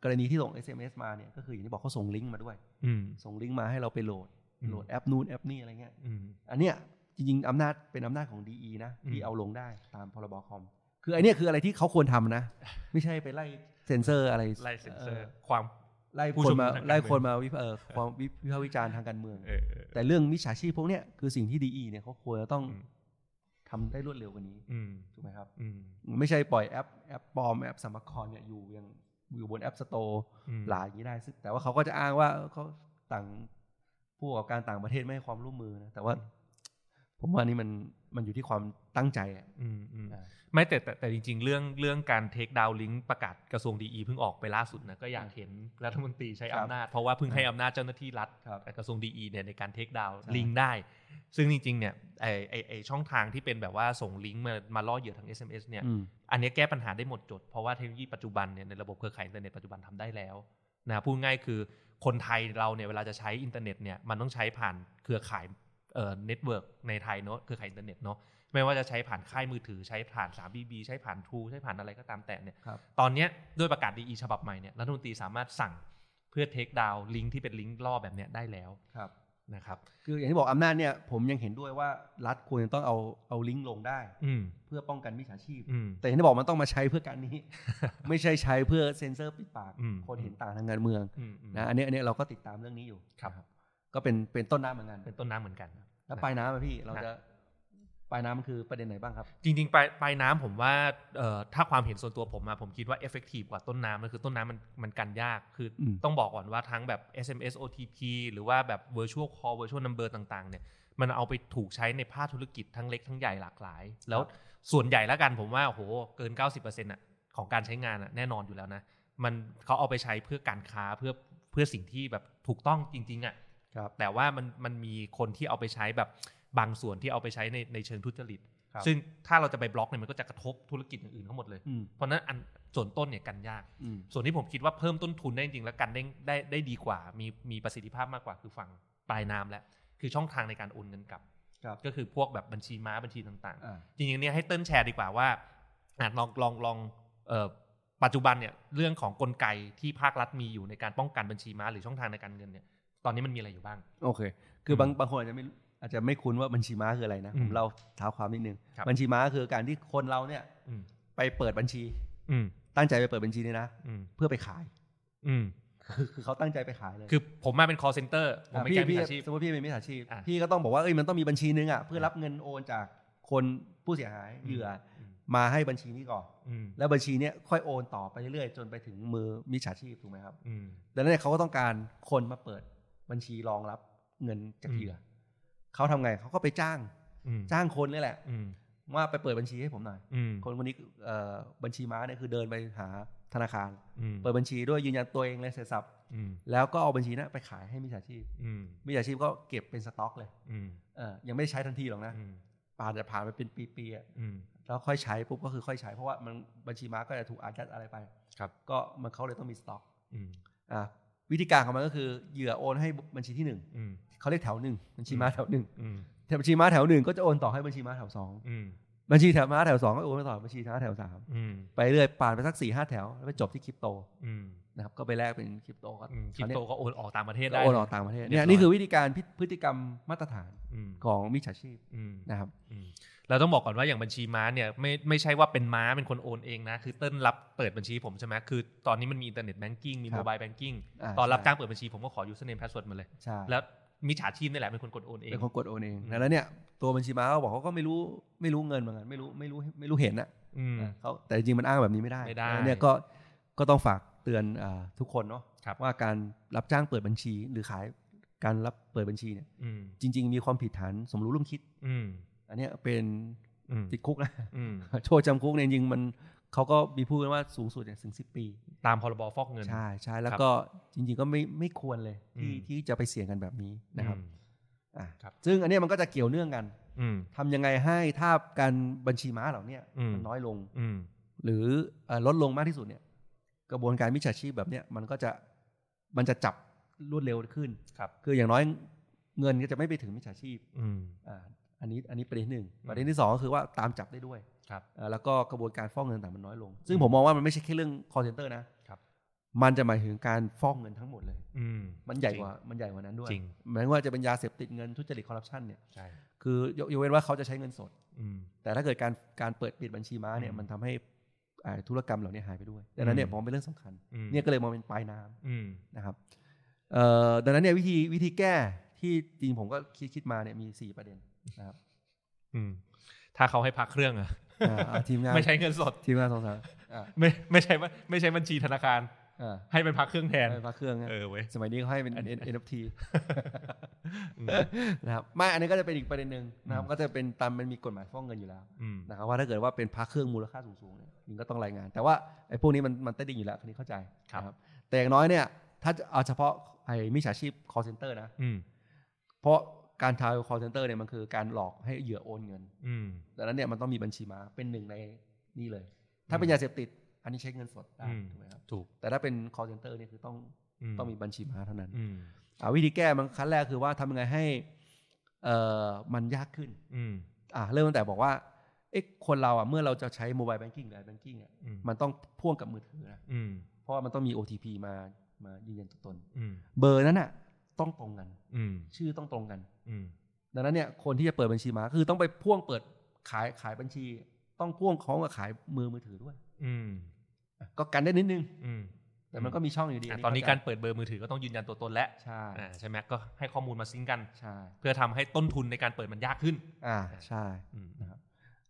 [SPEAKER 1] กรณีที่ส่ง SMS มาเนี่ยก็คืออย่างที่บอกเขาส่งลิงก์มาด้วย
[SPEAKER 2] อืม
[SPEAKER 1] ส่งลิงก์มาให้เราไปโหลด
[SPEAKER 2] อืม
[SPEAKER 1] โหลดแอปนู่นแอปนี่อะไรเงี้ย
[SPEAKER 2] อืม
[SPEAKER 1] อันเนี้ยจริงๆอำนาจเป็นอำนาจของ DE นะ
[SPEAKER 2] อืม
[SPEAKER 1] ที่เอาลงได้ตามพรบคอม คืออันเนี้ยคืออะไรที่เขาควรทำนะ ไม่ใช่ไปไล่เซ็นเซอร์อะไร
[SPEAKER 2] ไล่เซ็นเซอร์ความ
[SPEAKER 1] ไล่
[SPEAKER 2] ผู้
[SPEAKER 1] คน
[SPEAKER 2] ชุมนุ
[SPEAKER 1] มาม
[SPEAKER 2] ทางการเมือง
[SPEAKER 1] ไล่คนมาวิพากษ์เอ่อความวิวิพากษ์วิจารณ์ทางการเมือง
[SPEAKER 2] เออเออ
[SPEAKER 1] แต่เรื่องมิจฉาชีพพวกเนี้ยคือสิ่งที่ DE เนี่ยเขาควรจะต้อง
[SPEAKER 2] อืม
[SPEAKER 1] ทำได้รวดเร็วกว่านี้
[SPEAKER 2] อืม
[SPEAKER 1] ถูกไหมครับ
[SPEAKER 2] อืม
[SPEAKER 1] ไม่ใช่ปล่อยแอปแอปปลอมแอปสมมครเนี่ยอยู่ยังอยู่บนแอปสโตร์
[SPEAKER 2] อืม
[SPEAKER 1] หลายอย่างนี้ได้ซึ่งแต่ว่าเขาก็จะอ้างว่าเออเขาต่างผู้ประกอบการต่างประเทศไม่ให้ความร่วมมือนะแต่ว่า ผมว่านี่มันมันอยู่ที่ความตั้งใจอะ
[SPEAKER 2] อืมอืม
[SPEAKER 1] อ่า
[SPEAKER 2] ไม่แต่แต่แต่จริง ๆ เรื่องเรื่องการเทคดาวลิงประกาศกระทรวงดีเพิ่งออกไปล่าสุดนะก็อยากเห็นรัฐมนตรีใช้
[SPEAKER 1] ครับ
[SPEAKER 2] อำนาจ เพราะว่าเพิ่งให้อำนาจเจ้าหน้าที่รัฐ
[SPEAKER 1] ครับ
[SPEAKER 2] กระทรวงดีเนี่ยในการเทคดาว
[SPEAKER 1] ใช่
[SPEAKER 2] ลิงได้ ซึ่งจริง ๆ เนี่ยไอไอไอช่องทางที่เป็นแบบว่าส่งลิงก์มามาล่อเหยื่อทาง SMS เนี่ย
[SPEAKER 1] อืม
[SPEAKER 2] อันเนี้ยแก้ปัญหาได้หมดจด เพราะว่าเทคโนโลยีปัจจุบันเนี่ยในระบบเครือข่ายอินเทอร์เน็ตปัจจุบันทำได้แล้วนะพูดง่ายคือคนไทยเราเนี่ยเวลาจะใช้อินเทอร์เน็ตเนี่ยมันต้องใช้ผ่านเครือข่ายเอ่อเน็ตเวิร์กในไทยเนาะเครือข่ายอินเทอร์เน็ตเนาะไม่ว่าจะใช้ผ่านค่ายมือถือใช้ผ่าน 3BB ใช้ผ่าน True ใช้ผ่านอะไรก็ตามแต่เนี่ย
[SPEAKER 1] ครับ
[SPEAKER 2] ตอนเนี้ยด้วยประกาศดีฉบับใหม่เนี่ยรัฐมนตรีสามารถสั่งเพื่อเทคดาวลิงก์ที่เป็นลิงก์ล่อแบบเนี้ยได้แล้ว
[SPEAKER 1] ครับ
[SPEAKER 2] นะครับ
[SPEAKER 1] คืออย่างที่บอกอำนาจเนี่ย ผมยังเห็นด้วยว่ารัฐควรจะต้องเอาเอาลิงก์ลงได้
[SPEAKER 2] อืม
[SPEAKER 1] เพื่อป้องกันมิจฉาชีพ
[SPEAKER 2] อืม
[SPEAKER 1] แต่อย่างที่บอกมันต้องมาใช้เพื่อการนี้ ไม่ใช่ใช้เพื่อเซ็นเซอร์ปิดปาก
[SPEAKER 2] อืม
[SPEAKER 1] คนเห็นต่างทางการเมือง
[SPEAKER 2] อืมอืม
[SPEAKER 1] นะอันเนี้ยอันเนี้ยเราก็ติดตามเรื่องนี้อยู่
[SPEAKER 2] ครับ
[SPEAKER 1] ก็เป็นเป็นต้นน้ำเหมือนกัน
[SPEAKER 2] เป็นต้นน้ำเหมือนกัน
[SPEAKER 1] แล้วปลายน้ำอะพี่เราจะปลายน้ำมันคือประเด็นไหนบ้างครับ
[SPEAKER 2] จริงๆปลายปลายน้ำผมว่าเอ่อถ้าความเห็นส่วนตัวผมอะผมคิดว่า effective กว่าต้นน้ำมันคือต้นน้ำมันมันกันยากคืออ
[SPEAKER 1] ม
[SPEAKER 2] ต้องบอกก่อนว่าทั้งแบบ SMS OTP หรือว่าแบบ virtual call virtual number ต่างๆเนี่ยมันเอาไปถูกใช้ในภาคธุรกิจทั้งเล็กทั้งใหญ่หลากหลาย แล้วส่วนใหญ่แล้วกันผมว่าโอ้โหเกิน 90%อะของการใช้งานอะแน่นอนอยู่แล้วนะ มันเขาเอาไปใช้เพื่อการค้าเพื่อเพื่อสิ่งที่แบบถูกต้องจริงๆอะ
[SPEAKER 1] ครับ
[SPEAKER 2] แต่ว่ามันมันมีคนที่เอาไปใช้แบบบางส่วนที่เอาไปใช้ในในเชิงทุจริต
[SPEAKER 1] ครับ
[SPEAKER 2] ซึ่งถ้าเราจะไปบล็อกเนี่ยมันก็จะกระทบธุรกิจอย่างอื่นทั้งหมดเลย
[SPEAKER 1] อืม
[SPEAKER 2] เพราะฉะนั้นอันส่วนต้นเนี่ยกันยาก
[SPEAKER 1] อืม
[SPEAKER 2] ส่วนที่ผมคิดว่าเพิ่มต้นทุนได้จริงๆแล้วกันได้ได้ได้ดีกว่า มีมีประสิทธิภาพมากกว่าคือฝั่งปลายน้ำและ คือช่องทางในการโอนเงินกลับ
[SPEAKER 1] ครับ
[SPEAKER 2] ก็คือพวกแบบบัญชีม้าบัญชีต่างๆ
[SPEAKER 1] อ่า
[SPEAKER 2] จริงๆเนี่ยให้เติ้ลแชร์ดีกว่าว่าอาจลองลองลองเอ่อปัจจุบันเนี่ยเรื่องของกลไกที่ภาครัฐมีอยู่ในการป้องกันบัญชีม้าหรือช่องทางในการเงินเนี่ยตอนนี้มันมีอะไรอยู่บ้าง
[SPEAKER 1] โอเค คืออ
[SPEAKER 2] ม
[SPEAKER 1] บางบางคนอาจจะไม่รู้อาจจะไม่คุ้นว่าบัญชีม้าคืออะไรนะ
[SPEAKER 2] อื
[SPEAKER 1] ผม มเล่าเท้าความนิดนึง
[SPEAKER 2] ครับ
[SPEAKER 1] บัญชีม้าคือการที่คนเราเนี่ย
[SPEAKER 2] อืม
[SPEAKER 1] ไปเปิดบัญชี
[SPEAKER 2] อืม
[SPEAKER 1] ตั้งใจไปเปิดบัญชีเนี่ยนะ
[SPEAKER 2] อืม
[SPEAKER 1] เพื่อไปขาย
[SPEAKER 2] อืม
[SPEAKER 1] คือคือเขาตั้งใจไปขายเลย
[SPEAKER 2] คือผมมาเป็น call center ผม
[SPEAKER 1] อ่ะ
[SPEAKER 2] ไม่
[SPEAKER 1] พี่
[SPEAKER 2] แก้มิ
[SPEAKER 1] พี่
[SPEAKER 2] จฉาชีพ
[SPEAKER 1] สมมติพี่เป็นมิจฉาชีพ
[SPEAKER 2] อ่ะ
[SPEAKER 1] พี่ก็ต้องบอกว่าเอ้ยมันต้องมีบัญชีนึงอ่ะเพื่อ
[SPEAKER 2] ครับ
[SPEAKER 1] รับเงินโอนจากคนผู้เสียหายเหยื่อ
[SPEAKER 2] อืม
[SPEAKER 1] มาให้บัญชีนี้ก่อน
[SPEAKER 2] อืม
[SPEAKER 1] แล้วบัญชีเนี้ยค่อยโอนต่อไปเรื่อยๆจนไปถึงมือมิจฉาชีพถูกไหมครับ
[SPEAKER 2] อืม
[SPEAKER 1] ดังนั้นเนยเขาก็ต้องการคนมาเปิดบัญชีรองรับเงินจากเหยื่ออเขาทำไงเขาก็ไปจ้าง
[SPEAKER 2] อืม
[SPEAKER 1] จ้างคนนี่แหละ
[SPEAKER 2] อืม
[SPEAKER 1] ว่าไปเปิดบัญชีให้ผมหน่อย
[SPEAKER 2] อืม
[SPEAKER 1] คนคนนี้เอ่อบัญชีม้าเนี่ยคือเดินไปหาธนาคาร
[SPEAKER 2] อืม
[SPEAKER 1] เปิดบัญชีด้วยยืนยันตัวเองเลยเสร็จสับ
[SPEAKER 2] อืม
[SPEAKER 1] แล้วก็เอาบัญชีนั้นไปขายให้มิจฉาชีพ
[SPEAKER 2] อืม
[SPEAKER 1] มิจฉาชีพก็เก็บเป็นสต็อกเลย
[SPEAKER 2] อืม
[SPEAKER 1] เออยังไม่ได้ใช้ทันทีหรอกนะ
[SPEAKER 2] อืม
[SPEAKER 1] ป่านจะผ่านไปเป็นปีๆอะ
[SPEAKER 2] อืม
[SPEAKER 1] แล้วค่อยใช้ปุ๊บก็คือค่อยใช้เพราะว่ามันบัญชีม้าก็จะถูกอายัดอะไรไป
[SPEAKER 2] ครับ
[SPEAKER 1] ก็มันเขาเลยต้องมีสต็อก
[SPEAKER 2] อืม
[SPEAKER 1] อ่ะวิธีการของมันก็คือเหยื่อโอนให้บัญชีที่หนึ่ง
[SPEAKER 2] อืม
[SPEAKER 1] เขาเรียกแถวหนึ่งบัญชีม้าแถวหนึ่ง
[SPEAKER 2] อืม
[SPEAKER 1] แต่บัญชีม้าแถวหนึ่งก็จะโอนต่อให้บัญชีม้าแถวสอง
[SPEAKER 2] อืม
[SPEAKER 1] บัญชีแถวม้าแถวสองก็โอนไปต่อบัญชีม้าแถวสาม
[SPEAKER 2] อืม
[SPEAKER 1] ไปเรื่อยผ่านไปสักสี่ห้าแถวแล้วไปจบที่คริปโต
[SPEAKER 2] อืม
[SPEAKER 1] นะครับก็ไปแลกเป็นคริปโตก็
[SPEAKER 2] อืมคริปโตก็โอนออกต่างประเทศ
[SPEAKER 1] ก็
[SPEAKER 2] ได้
[SPEAKER 1] โอนออกต่างประเทศเนี่ย
[SPEAKER 2] เรียบร้อย
[SPEAKER 1] นี่คือวิธีการพิพฤติกรรมมาตรฐาน
[SPEAKER 2] อืม
[SPEAKER 1] ของมิจฉาชีพ
[SPEAKER 2] อืม
[SPEAKER 1] นะครับ
[SPEAKER 2] อืมเราต้องบอกก่อนว่าอย่างบัญชีม้าเนี่ยไม่ไม่ใช่ว่าเป็นม้าเป็นคนโอนเองนะคือเติ้ลรับเปิดบัญชีผมใช่ไหมคือตอนนี้มันมีอินเทอร์เน็ตแบงกิ้งมี
[SPEAKER 1] ครับ
[SPEAKER 2] โมบายแบงกิ้ง
[SPEAKER 1] อ่า
[SPEAKER 2] ตอนรับจ้างเปิดบัญชีผมก็ขอ username password มาเลย
[SPEAKER 1] ใช่
[SPEAKER 2] แล้วมิจฉาชีพนี่แหละเป็นคนกดโอนเอง
[SPEAKER 1] เป็นคนกดโอนเอง
[SPEAKER 2] อืม
[SPEAKER 1] แล้วเนี่ยตัวบัญชีม้าเขาบอกเขาก็ไม่รู้ไม่รู้เงินเหมือนกันไม่รู้ไม่รู้ไม่รู้เห็นอะ
[SPEAKER 2] อืม
[SPEAKER 1] เขาแต่จริงๆมันอ้างแบบนี้ไม่ได้
[SPEAKER 2] ไม่ได้
[SPEAKER 1] อันเนี่ยก็ก็ต้องฝากเตือนอาทุกคนเนาะ
[SPEAKER 2] ครับ
[SPEAKER 1] ว่าการรับจ้างเปิดบัญชีหรือขายการรับเปิดบัญชีเนี่ย
[SPEAKER 2] อืม
[SPEAKER 1] จริง ๆ มีความผิดฐานสมรู้ร่วมคิด
[SPEAKER 2] อืม
[SPEAKER 1] อันเนี้ยเป็น
[SPEAKER 2] อืม
[SPEAKER 1] ติดคุกนะ
[SPEAKER 2] อืม
[SPEAKER 1] โทษจำคุกเนี่ยจริงๆมันเขาก็มีพูดกันว่าสูงสุดเนี่ยถึงสิปี
[SPEAKER 2] ตามพรบฟอกเงิน
[SPEAKER 1] ใช่ใช่แล้วก็จริง ๆ ก็ไม่ไม่ควรเลยที่
[SPEAKER 2] อืม
[SPEAKER 1] ที่จะไปเสี่ยงกันแบบนี้นะครับ
[SPEAKER 2] อืม
[SPEAKER 1] อ่ะ
[SPEAKER 2] ครับ
[SPEAKER 1] ซึ่งอันเนี้ยมันก็จะเกี่ยวเนื่องกัน
[SPEAKER 2] อืม
[SPEAKER 1] ทำยังไงให้ถ้าการบัญชีม้าเหล่าเนี้ย
[SPEAKER 2] อืม
[SPEAKER 1] มันน้อยลง
[SPEAKER 2] อืม
[SPEAKER 1] หรือเอ่อลดลงมากที่สุดเนี่ย กระบวนการมิจฉาชีพแบบเนี้ยมันก็จะมันจะจับรวดเร็วขึ้น
[SPEAKER 2] ครับ
[SPEAKER 1] คืออย่างน้อยเงินก็จะไม่ไปถึงมิจฉาชีพ
[SPEAKER 2] อืม
[SPEAKER 1] อ่าอันนี้อันนี้ประเด็นหนึ่ง
[SPEAKER 2] อืม
[SPEAKER 1] ประเด็นที่สองก็คือว่าตามจับได้ด้วย
[SPEAKER 2] ครับ
[SPEAKER 1] เอ่อแล้วก็กระบวนการฟอกเงินต่างมันน้อยลง ซึ่ง
[SPEAKER 2] อืม
[SPEAKER 1] ผมมองว่ามันไม่ใช่แค่เรื่อง call center นะครับ มันจะหมายถึงการฟอกเงินทั้งหมดเลย
[SPEAKER 2] อืม
[SPEAKER 1] มันใหญ่กว่ามันใหญ่กว่านั้นด้วย
[SPEAKER 2] จริง
[SPEAKER 1] หมายว่าจะเป็นยาเสพติดเงินทุจริตคอร์รัปชันเนี่ย
[SPEAKER 2] ใช่
[SPEAKER 1] คือยกยกเว้นว่าเขาจะใช้เงินสด
[SPEAKER 2] อืม
[SPEAKER 1] แต่ถ้าเกิดการการเปิดปิดบัญชีม้าเนี่ย
[SPEAKER 2] อืม
[SPEAKER 1] มันทำให้อ่าธุรกรรมเหล่านี้หายไปด้วยดังนั้นเนี่ย
[SPEAKER 2] อื
[SPEAKER 1] ผม มว่าเป็นเรื่องสำคัญ
[SPEAKER 2] อืม
[SPEAKER 1] เนี่ยก็เลยมองเป็นปลายน้ำ
[SPEAKER 2] อืม
[SPEAKER 1] นะครับเอ่อดังนั้นเนี่ยวิธีวิธีแก้ที่จริงผมก็คิดคิดมาเนี่ยมีสี่ประเด็นนะครับ
[SPEAKER 2] อืมถ้าเขาให้พักเครื่องอะ
[SPEAKER 1] อ่า อ่าทีมงาน
[SPEAKER 2] ไม่ใช้เงินสด
[SPEAKER 1] ทีมงานสอง สามอ่า
[SPEAKER 2] ไม่ไม่ใช่ว่าไม่ใช่บัญชีธนาคาร
[SPEAKER 1] อ่า
[SPEAKER 2] ให้ไปพักเครื่องแทน
[SPEAKER 1] ให้พาเครื่องนะ
[SPEAKER 2] เออเว้ย
[SPEAKER 1] สมัยนี้เขาให้เป็น
[SPEAKER 2] อันนี้
[SPEAKER 1] N- NFT นะครับไม่อันนี้ก็จะเป็นอีกประเด็นหนึ่งนะครับ
[SPEAKER 2] อืม
[SPEAKER 1] ก็จะเป็นตามมันมีกฎหมายฟ้องเงินอยู่แล้ว
[SPEAKER 2] อืม
[SPEAKER 1] นะครับว่าถ้าเกิดว่าเป็นพาเครื่องมูลค่าสูงๆเนี่ยจริงก็ต้องรายงาน แต่ว่าไอ้พวกนี้มันมันใต้ดินอยู่แล้วคันนี้เข้าใจนะ แต่อย่างน้อยเนี่ยถ้าจะเอาเฉพาะไอ้มิจฉาชีพ call center นะ
[SPEAKER 2] อืม
[SPEAKER 1] เพราะการทาว call center เนี่ยมันคือการหลอกให้เหยื่อโอนเงิน
[SPEAKER 2] อืม
[SPEAKER 1] ดังนั้นเนี่ยมันต้องมีบัญชีม้าเป็นหนึ่งในนี่เลย ถ้าเป็น
[SPEAKER 2] อืม
[SPEAKER 1] ยาเสพติด อันนี้ใช้เงินสดได้
[SPEAKER 2] อืม
[SPEAKER 1] ถูกไหมครับ
[SPEAKER 2] ถูก
[SPEAKER 1] แต่ถ้าเป็น call center เนี่ยคือต้องต้องมีบัญชีม้าเท่านั้น
[SPEAKER 2] อืม
[SPEAKER 1] อ่าวิธีแก้มันขั้นแรกคือว่าทำยังไงให้เอ่อมันยากขึ้น
[SPEAKER 2] อืม
[SPEAKER 1] อ่าเริ่มตั้งแต่บอกว่าเอ๊ะคนเราอ่ะเมื่อเราจะใช้โมบายแบงกิ้งหรือแบงกิ้งเนี่ย
[SPEAKER 2] อืม
[SPEAKER 1] มันต้องพ่วงกับมือถือนะ
[SPEAKER 2] อืม
[SPEAKER 1] เพราะว่ามันต้องมี OTP มามายืนยันตัวตน
[SPEAKER 2] อืม
[SPEAKER 1] เบอร์นั้นน่ะต้องตรงกัน
[SPEAKER 2] อืม
[SPEAKER 1] ชื่อต้องตรงกัน
[SPEAKER 2] อืม
[SPEAKER 1] ดังนั้นเนี่ยคนที่จะเปิดบัญชีม้าคือต้องไปพ่วงเปิดขายขายบัญชี ต้องพ่วงคล้องกับขายมือมือถือด้วย
[SPEAKER 2] อืม
[SPEAKER 1] อ่ะก็กันได้นิดนึง
[SPEAKER 2] อืม
[SPEAKER 1] แต่มันก็มีช่องอยู่ดี
[SPEAKER 2] อ่ะตอนนี้การ
[SPEAKER 1] เข้
[SPEAKER 2] เปิดเบอร์มือถือก็ต้องยืนยันตัวตนแล้ว
[SPEAKER 1] ใจใช่
[SPEAKER 2] อ่าใช่ไหมก็ให้ข้อมูลมาซิงก์กัน
[SPEAKER 1] ใช่
[SPEAKER 2] เพื่อทำให้ต้นทุนในการเปิดมันยากขึ้น
[SPEAKER 1] อ่าใช่
[SPEAKER 2] อืม
[SPEAKER 1] นะครับ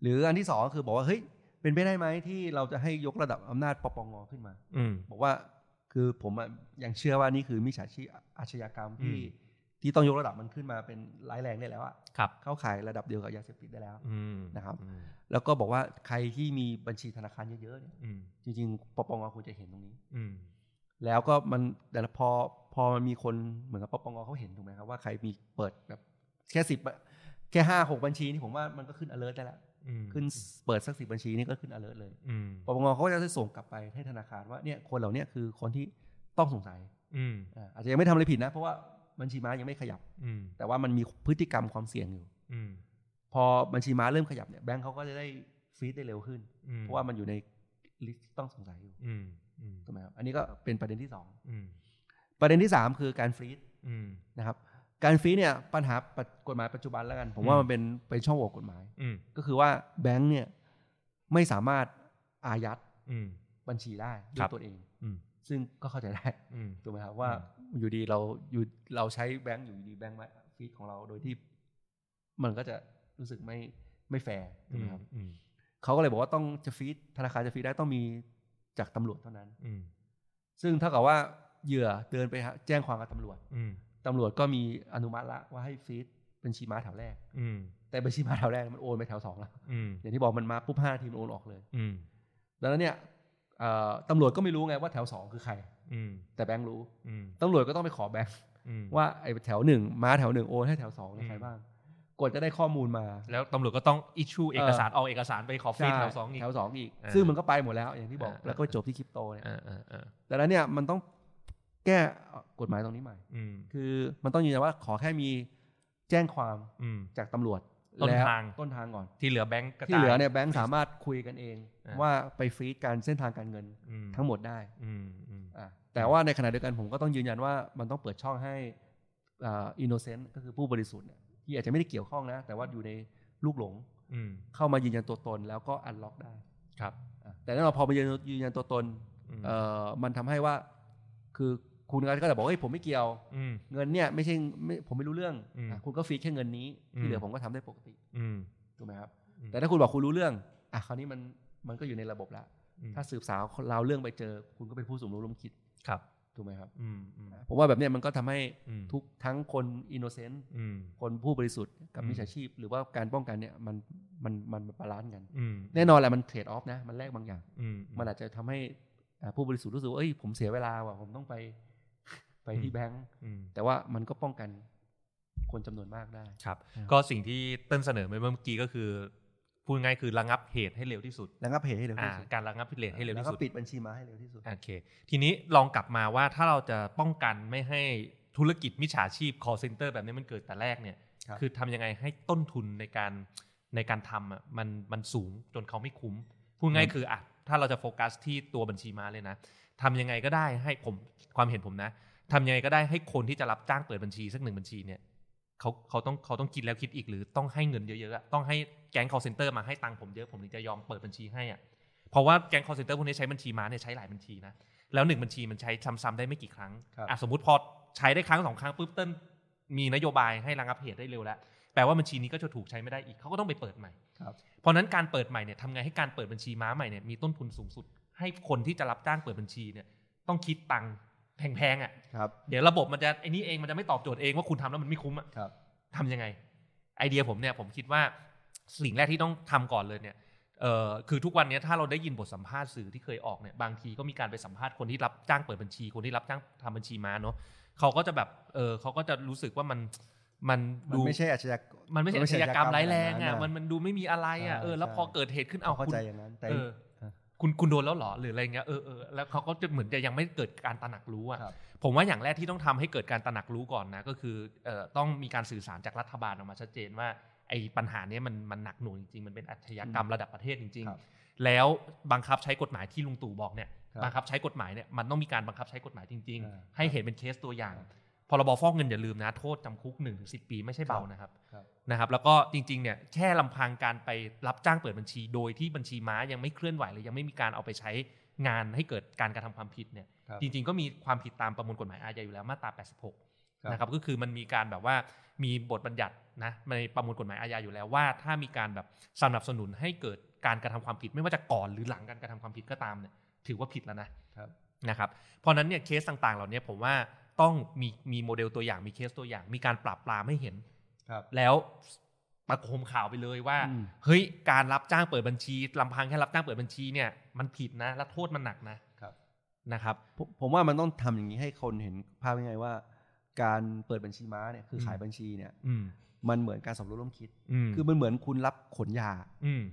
[SPEAKER 1] หรืออันที่สองคือบอกว่าเฮ้ยเป็นไปได้ไหมที่เราจะให้ยกระดับอำนาจปปงขึ้นมา
[SPEAKER 2] อืม
[SPEAKER 1] บอกว่าคือผมอะยังเชื่อว่านี่คือมิจฉาชีพอาชญากรรมที่
[SPEAKER 2] อืม
[SPEAKER 1] ที่ต้องยกระดับมันขึ้นมาเป็นร้ายแรงได้แล้วอะ
[SPEAKER 2] ครับ
[SPEAKER 1] เข้าข่ายระดับเดียวกับยาเสพติดได้แล้ว
[SPEAKER 2] อืม
[SPEAKER 1] นะครับ
[SPEAKER 2] อืม
[SPEAKER 1] แล้วก็บอกว่าใครที่มีบัญชีธนาคารเยอะๆเนี่ย
[SPEAKER 2] อืม
[SPEAKER 1] จริงๆปปงควรจะเห็นตรงนี้
[SPEAKER 2] อืม
[SPEAKER 1] แล้วก็มันแต่ละพอพอมันมีคนเหมือนกับปปงเขาเห็นถูกไหมครับว่าใครมีเปิดแบบแค่สิบแค่ห้าหกบัญชีนี่ผมว่ามันก็ขึ้น alert ได้แล้ว
[SPEAKER 2] อืม
[SPEAKER 1] ขึ้นเปิดสักสิบบัญชีนี่ก็ขึ้น alert เลย
[SPEAKER 2] อืม
[SPEAKER 1] ปปงเขาก็จะได้ส่งกลับไปให้ธนาคารว่าเนี่ยคนเหล่าเนี้ยคือคนที่ต้องสงสัย
[SPEAKER 2] อืม
[SPEAKER 1] อ่าอาจจะยังไม่ทำอะไรผิดนะ เพราะว่าบัญชีม้ายังไม่ขยับ
[SPEAKER 2] อืม
[SPEAKER 1] แต่ว่ามันมีพฤติกรรมความเสี่ยงอยู่
[SPEAKER 2] อืม
[SPEAKER 1] พอบัญชีม้าเริ่มขยับเนี่ยแบงก์เขาก็จะได้ฟีดได้เร็วขึ้น
[SPEAKER 2] อืม
[SPEAKER 1] เพราะว่ามันอยู่ในลิสต์ที่ต้องสงสัยอยู่
[SPEAKER 2] อืมอืม
[SPEAKER 1] ถูกไหมครับอันนี้ก็เป็นประเด็นที่สอง
[SPEAKER 2] อืม
[SPEAKER 1] ประเด็นที่สามคือการฟรีด
[SPEAKER 2] อืม
[SPEAKER 1] นะครับการฟรีดเนี่ยปัญหาปัจกฎหมายปัจจุบันแล้วกัน ผมว่า
[SPEAKER 2] อืม
[SPEAKER 1] มันเป็นเป็นช่องโหว่กฎหมาย
[SPEAKER 2] อืม
[SPEAKER 1] ก็คือว่าแบงก์เนี่ยไม่สามารถอายัด
[SPEAKER 2] อืม
[SPEAKER 1] บัญชีได้ด้
[SPEAKER 2] ครั
[SPEAKER 1] วย
[SPEAKER 2] บ
[SPEAKER 1] ตัวเอง
[SPEAKER 2] อืม
[SPEAKER 1] ซึ่งก็เข้าใจได้
[SPEAKER 2] อืม
[SPEAKER 1] ถูกไหมครับว่าอยู่ดีเราอยู่เราใช้แบงก์อยู่ดีแบงก์มาฟรีดของเราโดยที่ มันก็จะรู้สึกไม่ไม่แฟร์ถูกไหมครับ
[SPEAKER 2] อืม
[SPEAKER 1] เขาก็เลยบอกว่าต้องจะฟีดธนาคารจะฟีดได้ต้องมีจากตำรวจเท่านั้น
[SPEAKER 2] อืม
[SPEAKER 1] ซึ่งเท่ากับว่าเหยื่อเดินไปหาแจ้งความกับตำรวจ
[SPEAKER 2] อืม
[SPEAKER 1] ตำรวจก็มีอนุมัติละว่าให้ฟีดบัญชีม้าแถวแรก
[SPEAKER 2] อืม
[SPEAKER 1] แต่บัญชีม้าแถวแรกมันโอนไปแถวสองแล้ว
[SPEAKER 2] อืม
[SPEAKER 1] อย่างที่บอกมันมาปุ๊บห้านาทีมันโอนออกเลย
[SPEAKER 2] อืม
[SPEAKER 1] ดังนั้นเนี่ยเอ่อตำรวจก็ไม่รู้ไงว่าแถวสองคือใคร
[SPEAKER 2] อืม
[SPEAKER 1] แต่แบงค์รู้
[SPEAKER 2] อืม
[SPEAKER 1] ตำรวจก็ต้องไปขอแบงค์
[SPEAKER 2] อืม
[SPEAKER 1] ว่าไอ้แถวหนึ่งม้าแถวหนึ่งโอนให้แถวสองเนี่ย
[SPEAKER 2] อืม
[SPEAKER 1] ใครบ้างกดจะได้ข้อมูลมา
[SPEAKER 2] แล้วตำรวจก็ต้อง issue เอกสารเอาเอกสารไปขอฟีด
[SPEAKER 1] ใช่
[SPEAKER 2] แถวสองอีก
[SPEAKER 1] แถวสองอีก
[SPEAKER 2] อ่า
[SPEAKER 1] ซึ่งมันก็ไปหมดแล้วอย่างที่บอก
[SPEAKER 2] อ่า
[SPEAKER 1] แล้วก็จบที่คริปโตเนี่ย
[SPEAKER 2] อ่าอ่าอ่า
[SPEAKER 1] ดังนั้นเนี่ยมันต้องแก้ กฎหมายตรงนี้ใหม่
[SPEAKER 2] อืม
[SPEAKER 1] คือมันต้องยืนยันว่าขอแค่มีแจ้งความ
[SPEAKER 2] อืม
[SPEAKER 1] จากตำรวจ
[SPEAKER 2] ต้น
[SPEAKER 1] แล้ว
[SPEAKER 2] ทาง
[SPEAKER 1] ต้นทางก่อน
[SPEAKER 2] ที่เหลือแบงก์กระจาย
[SPEAKER 1] ที่เหลือเนี่ยแบงค์สามารถคุยกันเอง
[SPEAKER 2] อ่า
[SPEAKER 1] ว่าไปฟรีดการเส้นทางการเงิน
[SPEAKER 2] อืม
[SPEAKER 1] ทั้งหมดได้
[SPEAKER 2] อืมอืม
[SPEAKER 1] อ่ะแต่ว่าในขณะเดียวกันผมก็ต้องยืนยันว่ามันต้องเปิดช่องให้อินโนเซนต์ก็คือผู้บริสุทธิ์เนี่ยที่อาจจะไม่ได้เกี่ยวข้องนะ แต่ว่าอยู่ในลูกหลง
[SPEAKER 2] อืม
[SPEAKER 1] เข้ามายืนยันตัวตนแล้วก็อันล็อกได้
[SPEAKER 2] ครับ
[SPEAKER 1] อ่ะแต่แน่นอนพอมายืนยืนยันตัวตน
[SPEAKER 2] อืม
[SPEAKER 1] เอ่อมันทำให้ว่า คือคุณก็จะบอกว่าเฮ้ยผมไม่เกี่ยว
[SPEAKER 2] อืม
[SPEAKER 1] เงินเนี่ยไม่ใช่ไม่ผมไม่รู้เรื่อง
[SPEAKER 2] อืม
[SPEAKER 1] อ่ะคุณก็ฟรีดแค่เงินนี้
[SPEAKER 2] อืม
[SPEAKER 1] ที่เหลือผมก็ทำได้ปกติ
[SPEAKER 2] อืม
[SPEAKER 1] ถูกไหมครับ
[SPEAKER 2] อืม
[SPEAKER 1] แต่ถ้าคุณบอกคุณรู้เรื่องอ่ะคราวนี้มันมันก็อยู่ในระบบละ
[SPEAKER 2] อืม
[SPEAKER 1] ถ้าสืบสาวเราวเรื่องไปเจอ คุณก็เป็นผู้สมรู้ร่วมคิด
[SPEAKER 2] ครับ
[SPEAKER 1] ถูกไหมครับ
[SPEAKER 2] อืมอืม
[SPEAKER 1] ผมว่าแบบเนี้ยมันก็ทำให้
[SPEAKER 2] อืม
[SPEAKER 1] ทุกทั้งคนอินโนเซนต์
[SPEAKER 2] อืม
[SPEAKER 1] คนผู้บริสุทธิ์กับ
[SPEAKER 2] อืม
[SPEAKER 1] มิจฉาชีพ หรือว่าการป้องกันเนี่ยมันมันมันมันบาลานซ์กัน
[SPEAKER 2] อืม
[SPEAKER 1] แน่นอนแหละมันเทรดออฟนะ มันแลกบางอย่าง
[SPEAKER 2] อืม
[SPEAKER 1] มันอาจจะทำให้อ่าผู้บริสุทธิ์รู้สึกว่าเอ้ยผมเสียเวลาว่ะผมต้องไป ไป
[SPEAKER 2] อืม
[SPEAKER 1] ที่แบงก์
[SPEAKER 2] อืม
[SPEAKER 1] แต่ว่ามันก็ป้องกันคนจำนวนมากได้
[SPEAKER 2] ครับ
[SPEAKER 1] ครับ
[SPEAKER 2] ก็สิ่งที่เต้นเสนอไปเมื่อกี้ก็คือ พูดง่ายคือระงับเหตุให้เร็วที่สุด
[SPEAKER 1] แล้วก็เพย์ให้เร็ว
[SPEAKER 2] อ่า
[SPEAKER 1] ที่สุด
[SPEAKER 2] การระงับเหตุให้เร็ว
[SPEAKER 1] แล้ว
[SPEAKER 2] ที่
[SPEAKER 1] ก็
[SPEAKER 2] สุด
[SPEAKER 1] ปิดบัญชีม้าให้เร็วที่สุด
[SPEAKER 2] โอเค ทีนี้ลองกลับมาว่าถ้าเราจะป้องกันไม่ให้ธุรกิจมิจฉาชีพ call center แบบนี้มันเกิดแต่แรกเนี่ย
[SPEAKER 1] ครับ
[SPEAKER 2] อทำยังไงให้ต้นทุนในการในการทำอ่ะมันมันสูงจนเขาไม่คุ้ม พูดง่ายคืออ่ะถ้าเราจะโฟกัสที่ตัวบัญชีม้าเลยนะทำยังไงก็ได้ให้ผมความเห็นผมนะทำยังไงก็ได้ให้คนที่จะรับจ้างเปิดบัญชีสักหนึ่งบัญชีเนี่ย เขาเขาต้องเขาต้องคิดแล้วคิดอีกหรือต้องให้เงินเยอะๆอะต้องให้แก๊ง call center มาให้ตังค์ผมเยอะผมถึงจะยอมเปิดบัญชีให้อ่ะเพราะว่าแก๊ง call center พวกนี้ใช้บัญชีม้าเนี่ยใช้หลายบัญชีนะแล้วหนึ่งบัญชีมันใช้ซ้ำๆได้ไม่กี่ครั้ง
[SPEAKER 1] ครับ
[SPEAKER 2] อ่ะสมมติพอใช้ได้ครั้งสองครั้งปุ๊บเต้นมีนโยบายให้ระงับเหตุได้เร็วแล้วแปลว่าบัญชีนี้ก็จะถูกใช้ไม่ได้อีกเขาก็ต้องไปเปิดใหม่
[SPEAKER 1] ครับ
[SPEAKER 2] เพราะฉะนั้นการเปิดใหม่เนี่ยทำไงให้การเปิดบัญชีม้าใหม่เนี่ยมีต้นทุนสูงสุด ให้คนที่จะรับจ้างเปิดบัญชีเนี่ยต้องคิดตังค์แพงๆอ่ะ
[SPEAKER 1] ครับ
[SPEAKER 2] เดี๋ยวระบบมันจะไอ้นี่เองมันจะไม่ตอบโจทย์เองว่าคุณทำแล้วมันไม่คุ้มอ่ะ
[SPEAKER 1] ครับ
[SPEAKER 2] ทำยังไง ไอเดียผมเนี่ยผมคิดว่าสิ่งแรกที่ต้องทำก่อนเลยเนี่ยเอ่อคือทุกวันเนี้ยถ้าเราได้ยินบทสัมภาษณ์สื่อที่เคยออกเนี่ยบางทีก็มีการไปสัมภาษณ์คนที่รับจ้างเปิดบัญชี คนที่รับจ้างทำบัญชีม้าเนาะเขาก็จะแบบเออเขาก็จะรู้สึกว่ามันมัน
[SPEAKER 1] มัน
[SPEAKER 2] ดู
[SPEAKER 1] ไม่ใช่อาชญากรร
[SPEAKER 2] มันไม่ใช่อาชญากรรมร้ายแรงอ่ะ
[SPEAKER 1] อ่ะ
[SPEAKER 2] มันมันดูไม่มีอะไรอ่ะ
[SPEAKER 1] ใช่
[SPEAKER 2] เออแล้ว
[SPEAKER 1] ใช่
[SPEAKER 2] พอเกิดเหตุขึ้นเอา
[SPEAKER 1] เข้า
[SPEAKER 2] คุณ
[SPEAKER 1] ใจอย่างนั้นแต่
[SPEAKER 2] เออคุณคุณโดนแล้วเหรอหรืออะไรเงี้ยเออเออแล้วเขาก็จะเหมือนจะยังไม่เกิดการตระหนักรู้อะ
[SPEAKER 1] ครับ
[SPEAKER 2] ผมว่าอย่างแรกที่ต้องทำให้เกิดการตระหนักรู้ก่อนนะก็คือเอ่อต้องมีการสื่อสารจากรัฐบาลออกมาชัดเจนว่าไอ้ปัญหาเนี้ยมันมันหนักหน่วงจริงๆ มันเป็นอาชญากรรมระดับประเทศจริง
[SPEAKER 1] ครับ
[SPEAKER 2] ๆ แล้วบังคับใช้กฎหมายที่ลุงตู่บอกเนี่ย
[SPEAKER 1] ครับ
[SPEAKER 2] บังคับใช้กฎหมายเนี่ยมันต้องมีการบังคับใช้กฎหมายจริง
[SPEAKER 1] อ่า
[SPEAKER 2] ๆ ให้เห็นเป็นเคสตัวอย่าง
[SPEAKER 1] ครับ
[SPEAKER 2] พรบฟอกเงินอย่าลืมนะโทษจำคุก1นถึงสิปีไม่ใช่เบา
[SPEAKER 1] ครับ
[SPEAKER 2] นะครับ
[SPEAKER 1] ครับ
[SPEAKER 2] นะครับแล้วก็จริงๆเนี่ยแค่ลำพังการไปรับจ้างเปิดบัญชี โดยที่บัญชีม้ายังไม่เคลื่อนไหวหรือยังไม่มีการเอาไปใช้งานให้เกิดการกระทำความผิดเนี่ย
[SPEAKER 1] ครับ
[SPEAKER 2] จริงๆก็มีความผิดตามประมวลกฎหมายอาญาอยู่แล้วมาตรา 86
[SPEAKER 1] นะ
[SPEAKER 2] นะ
[SPEAKER 1] ค
[SPEAKER 2] ค
[SPEAKER 1] รั
[SPEAKER 2] รับ บก็คือมันมีการแบบว่ามีบทบัญญัตินะในประมวลกฎหมายอาญาอยู่แล้วว่า ถ้ามีการแบบสนับสนุนให้เกิดการกระทำความผิด ไม่ว่าจะก่อนหรือหลังการกระทำความผิดก็ตามเนี่ยถือว่าผิดแล้วนะครับ นะครับเพราะฉะนั้นเนี่ยเคสต่างๆ เหล่านี้ผมว่าต้องมีมีโมเดลตัวอย่างมีเคสตัวอย่าง มีการปราบปรามให้เห็น
[SPEAKER 1] ครับ
[SPEAKER 2] แล้วประโคมข่าวไปเลยว่า
[SPEAKER 1] อืม
[SPEAKER 2] เฮ้ยการรับจ้างเปิดบัญชีลำพังแค่รับจ้างเปิดบัญชีเนี่ยมันผิดนะ และโทษมันหนักนะครับ นะครับ
[SPEAKER 1] ผมผมว่ามันต้องทำอย่างนี้ให้คนเห็นภาพง่ายๆว่า การเปิดบัญชีม้าเนี่ยคืออ
[SPEAKER 2] ม
[SPEAKER 1] ขายบัญชีเนี่ย
[SPEAKER 2] อืม
[SPEAKER 1] มันเหมือนการสมรู้ร่วมคิด
[SPEAKER 2] อืม
[SPEAKER 1] คือมันเหมือนคุณรับขนยา
[SPEAKER 2] อืม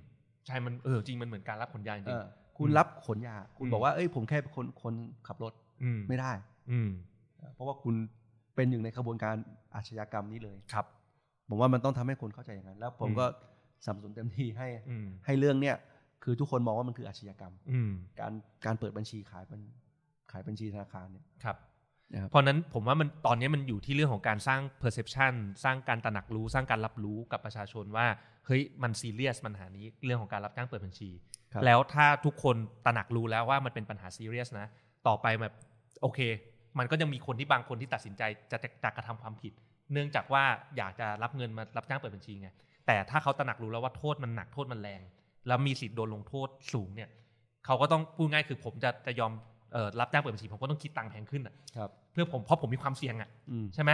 [SPEAKER 2] ใช่มันเออจริงมันเหมือนการรับผลยาจ
[SPEAKER 1] เอ
[SPEAKER 2] ริง
[SPEAKER 1] อคุณรับขนยา คุณ
[SPEAKER 2] อืม
[SPEAKER 1] บอกว่าเอ้ยผมแค่เป็นคนคนขับรถ
[SPEAKER 2] อืม
[SPEAKER 1] ไม่ได้
[SPEAKER 2] อืม
[SPEAKER 1] เออเพราะว่าคุณเป็นหนึ่งในขบวนการอาชญากรรมนี้เลย
[SPEAKER 2] ครับ
[SPEAKER 1] ผมว่ามันต้องทำให้คนเข้าใจอย่างนั้น แล้วผม
[SPEAKER 2] อืม
[SPEAKER 1] ก็สนับสนุนเต็มที่ให้
[SPEAKER 2] อืม
[SPEAKER 1] ให้เรื่องเนี่ยคือทุกคนมองว่ามันคืออาชญากรรม
[SPEAKER 2] อืม
[SPEAKER 1] การการเปิดบัญชีขายบัญขายบัญชีธนาคารเนี่ย
[SPEAKER 2] ครับ
[SPEAKER 1] นะครับ
[SPEAKER 2] เพราะฉะนั้นผมว่ามันตอนนี้มันอยู่ที่เรื่องของการสร้าง perception สร้างการตระหนักรู้ สร้างการรับรู้กับประชาชนว่าเฮ้ยมันซีเรียสปัญหานี้เรื่องของการรับจ้างเปิดบัญชี
[SPEAKER 1] ครับ
[SPEAKER 2] แล้วถ้าทุกคนตระหนักรู้แล้วว่ามันเป็นปัญหาซีเรียสนะ ต่อไปแบบโอเค มันก็ยังมีคนที่บางคนที่ตัดสินใจจะจะจะกระทำความผิด เนื่องจากว่าอยากจะรับเงินมารับจ้างเปิดบัญชีไงแต่ถ้าเขาตระหนักรู้แล้วว่าโทษมันหนักโทษมันแรง แล้วมีสิทธิ์โดนลงโทษสูงเนี่ยเขาก็ต้องพูดง่ายคือผมจะจะยอมเอ่อรับจ้างเปิดบัญชีผมก็ต้องคิดตังค์แพงขึ้นอะ
[SPEAKER 1] ครับ
[SPEAKER 2] เพื่อผมเพราะผมมีความเสี่ยงอะ
[SPEAKER 1] อืม
[SPEAKER 2] ใช่ไหม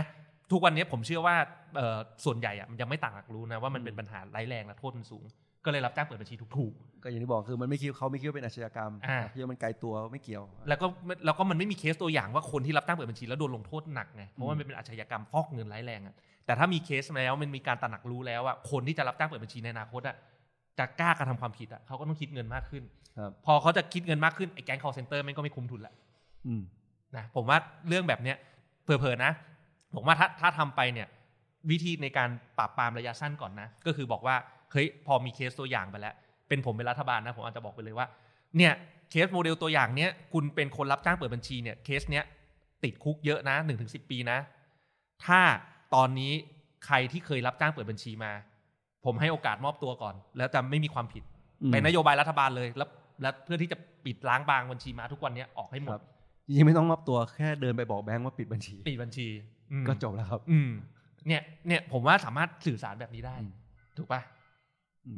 [SPEAKER 2] ทุกวันนี้ผมเชื่อว่าเอ่อส่วนใหญ่อะมันยังไม่ต่างหลักรู้นะว่ามัน
[SPEAKER 1] อืม
[SPEAKER 2] เป็นปัญหาร้ายแรงและโทษมันสูง ก็เลยรับจ้างเปิดบัญชีถูก
[SPEAKER 1] ก็อย่างที่บอกคือมันไม่คิดเขาไม่คิดว่าเป็นอาชญากรรม
[SPEAKER 2] อ่า
[SPEAKER 1] คิดว่ามันไกลตัวไม่เกี่ยว
[SPEAKER 2] ๆแล้วก็ไม่แล้วก็มันไม่มีเคสตัวอย่างว่าคนที่รับจ้างเปิดบัญชีแล้วโดนลงโทษหนักไงเพราะว่ามันเป็นอาชญากรรมฟอกเงินร้ายแรงอะแต่ถ้ามีเคสมาแล้วมันมีการตระหนักรู้แล้วอะคนที่จะรับจ้างเปิดบัญชีในอนาคตอะจะกล้ากระทำความผิดอะเขาก็ต้องคิดเงินมากขึ้น
[SPEAKER 1] ครับ
[SPEAKER 2] พอเขาจะคิดเงินมากขึ้นไอ้แก๊ง call center มันก็ไม่คุ้มทุนละ
[SPEAKER 1] อืม
[SPEAKER 2] นะผมว่าเรื่องแบบเนี้ย เผลอๆนะผมว่าถ้าถ้าทำไปเนี่ยวิธีในการปราบปรามระยะสั้นก่อนนะ ก็คือบอกว่าเฮ้ยพอมีเคสตัวอย่างไปแล้ว เป็นผมเป็นรัฐบาลนะผมอาจจะบอกไปเลยว่า เนี่ยเคสโมเดลตัวอย่างเนี้ยคุณเป็นคนรับจ้างเปิดบัญชีเนี่ยเคสเนี้ยติดคุกเยอะนะ1นถึงสิปีนะ ถ้าตอนนี้ใครที่เคยรับจ้างเปิดบัญชีมา ผมให้โอกาสมอบตัวก่อน แล้วจะไม่มีความผิด
[SPEAKER 1] อืม
[SPEAKER 2] เป็นนโยบายรัฐบาลเลยแล้วแล้วเพื่อที่จะปิดล้างบางบัญชีมาทุกวันเนี้ยออกให้หม
[SPEAKER 1] ครั
[SPEAKER 2] ด
[SPEAKER 1] บจริงๆไม่ต้องมอบตัวแค่เดินไปบอกแบงค์ว่าปิดบัญชี
[SPEAKER 2] ปิดบัญชีอืม
[SPEAKER 1] ก็จบแล้วครับ
[SPEAKER 2] อืมเนี่ยเนี่ยผมว่าสามารถสื่อสารแบบนี้ได้
[SPEAKER 1] อืม
[SPEAKER 2] ถูกป่ะ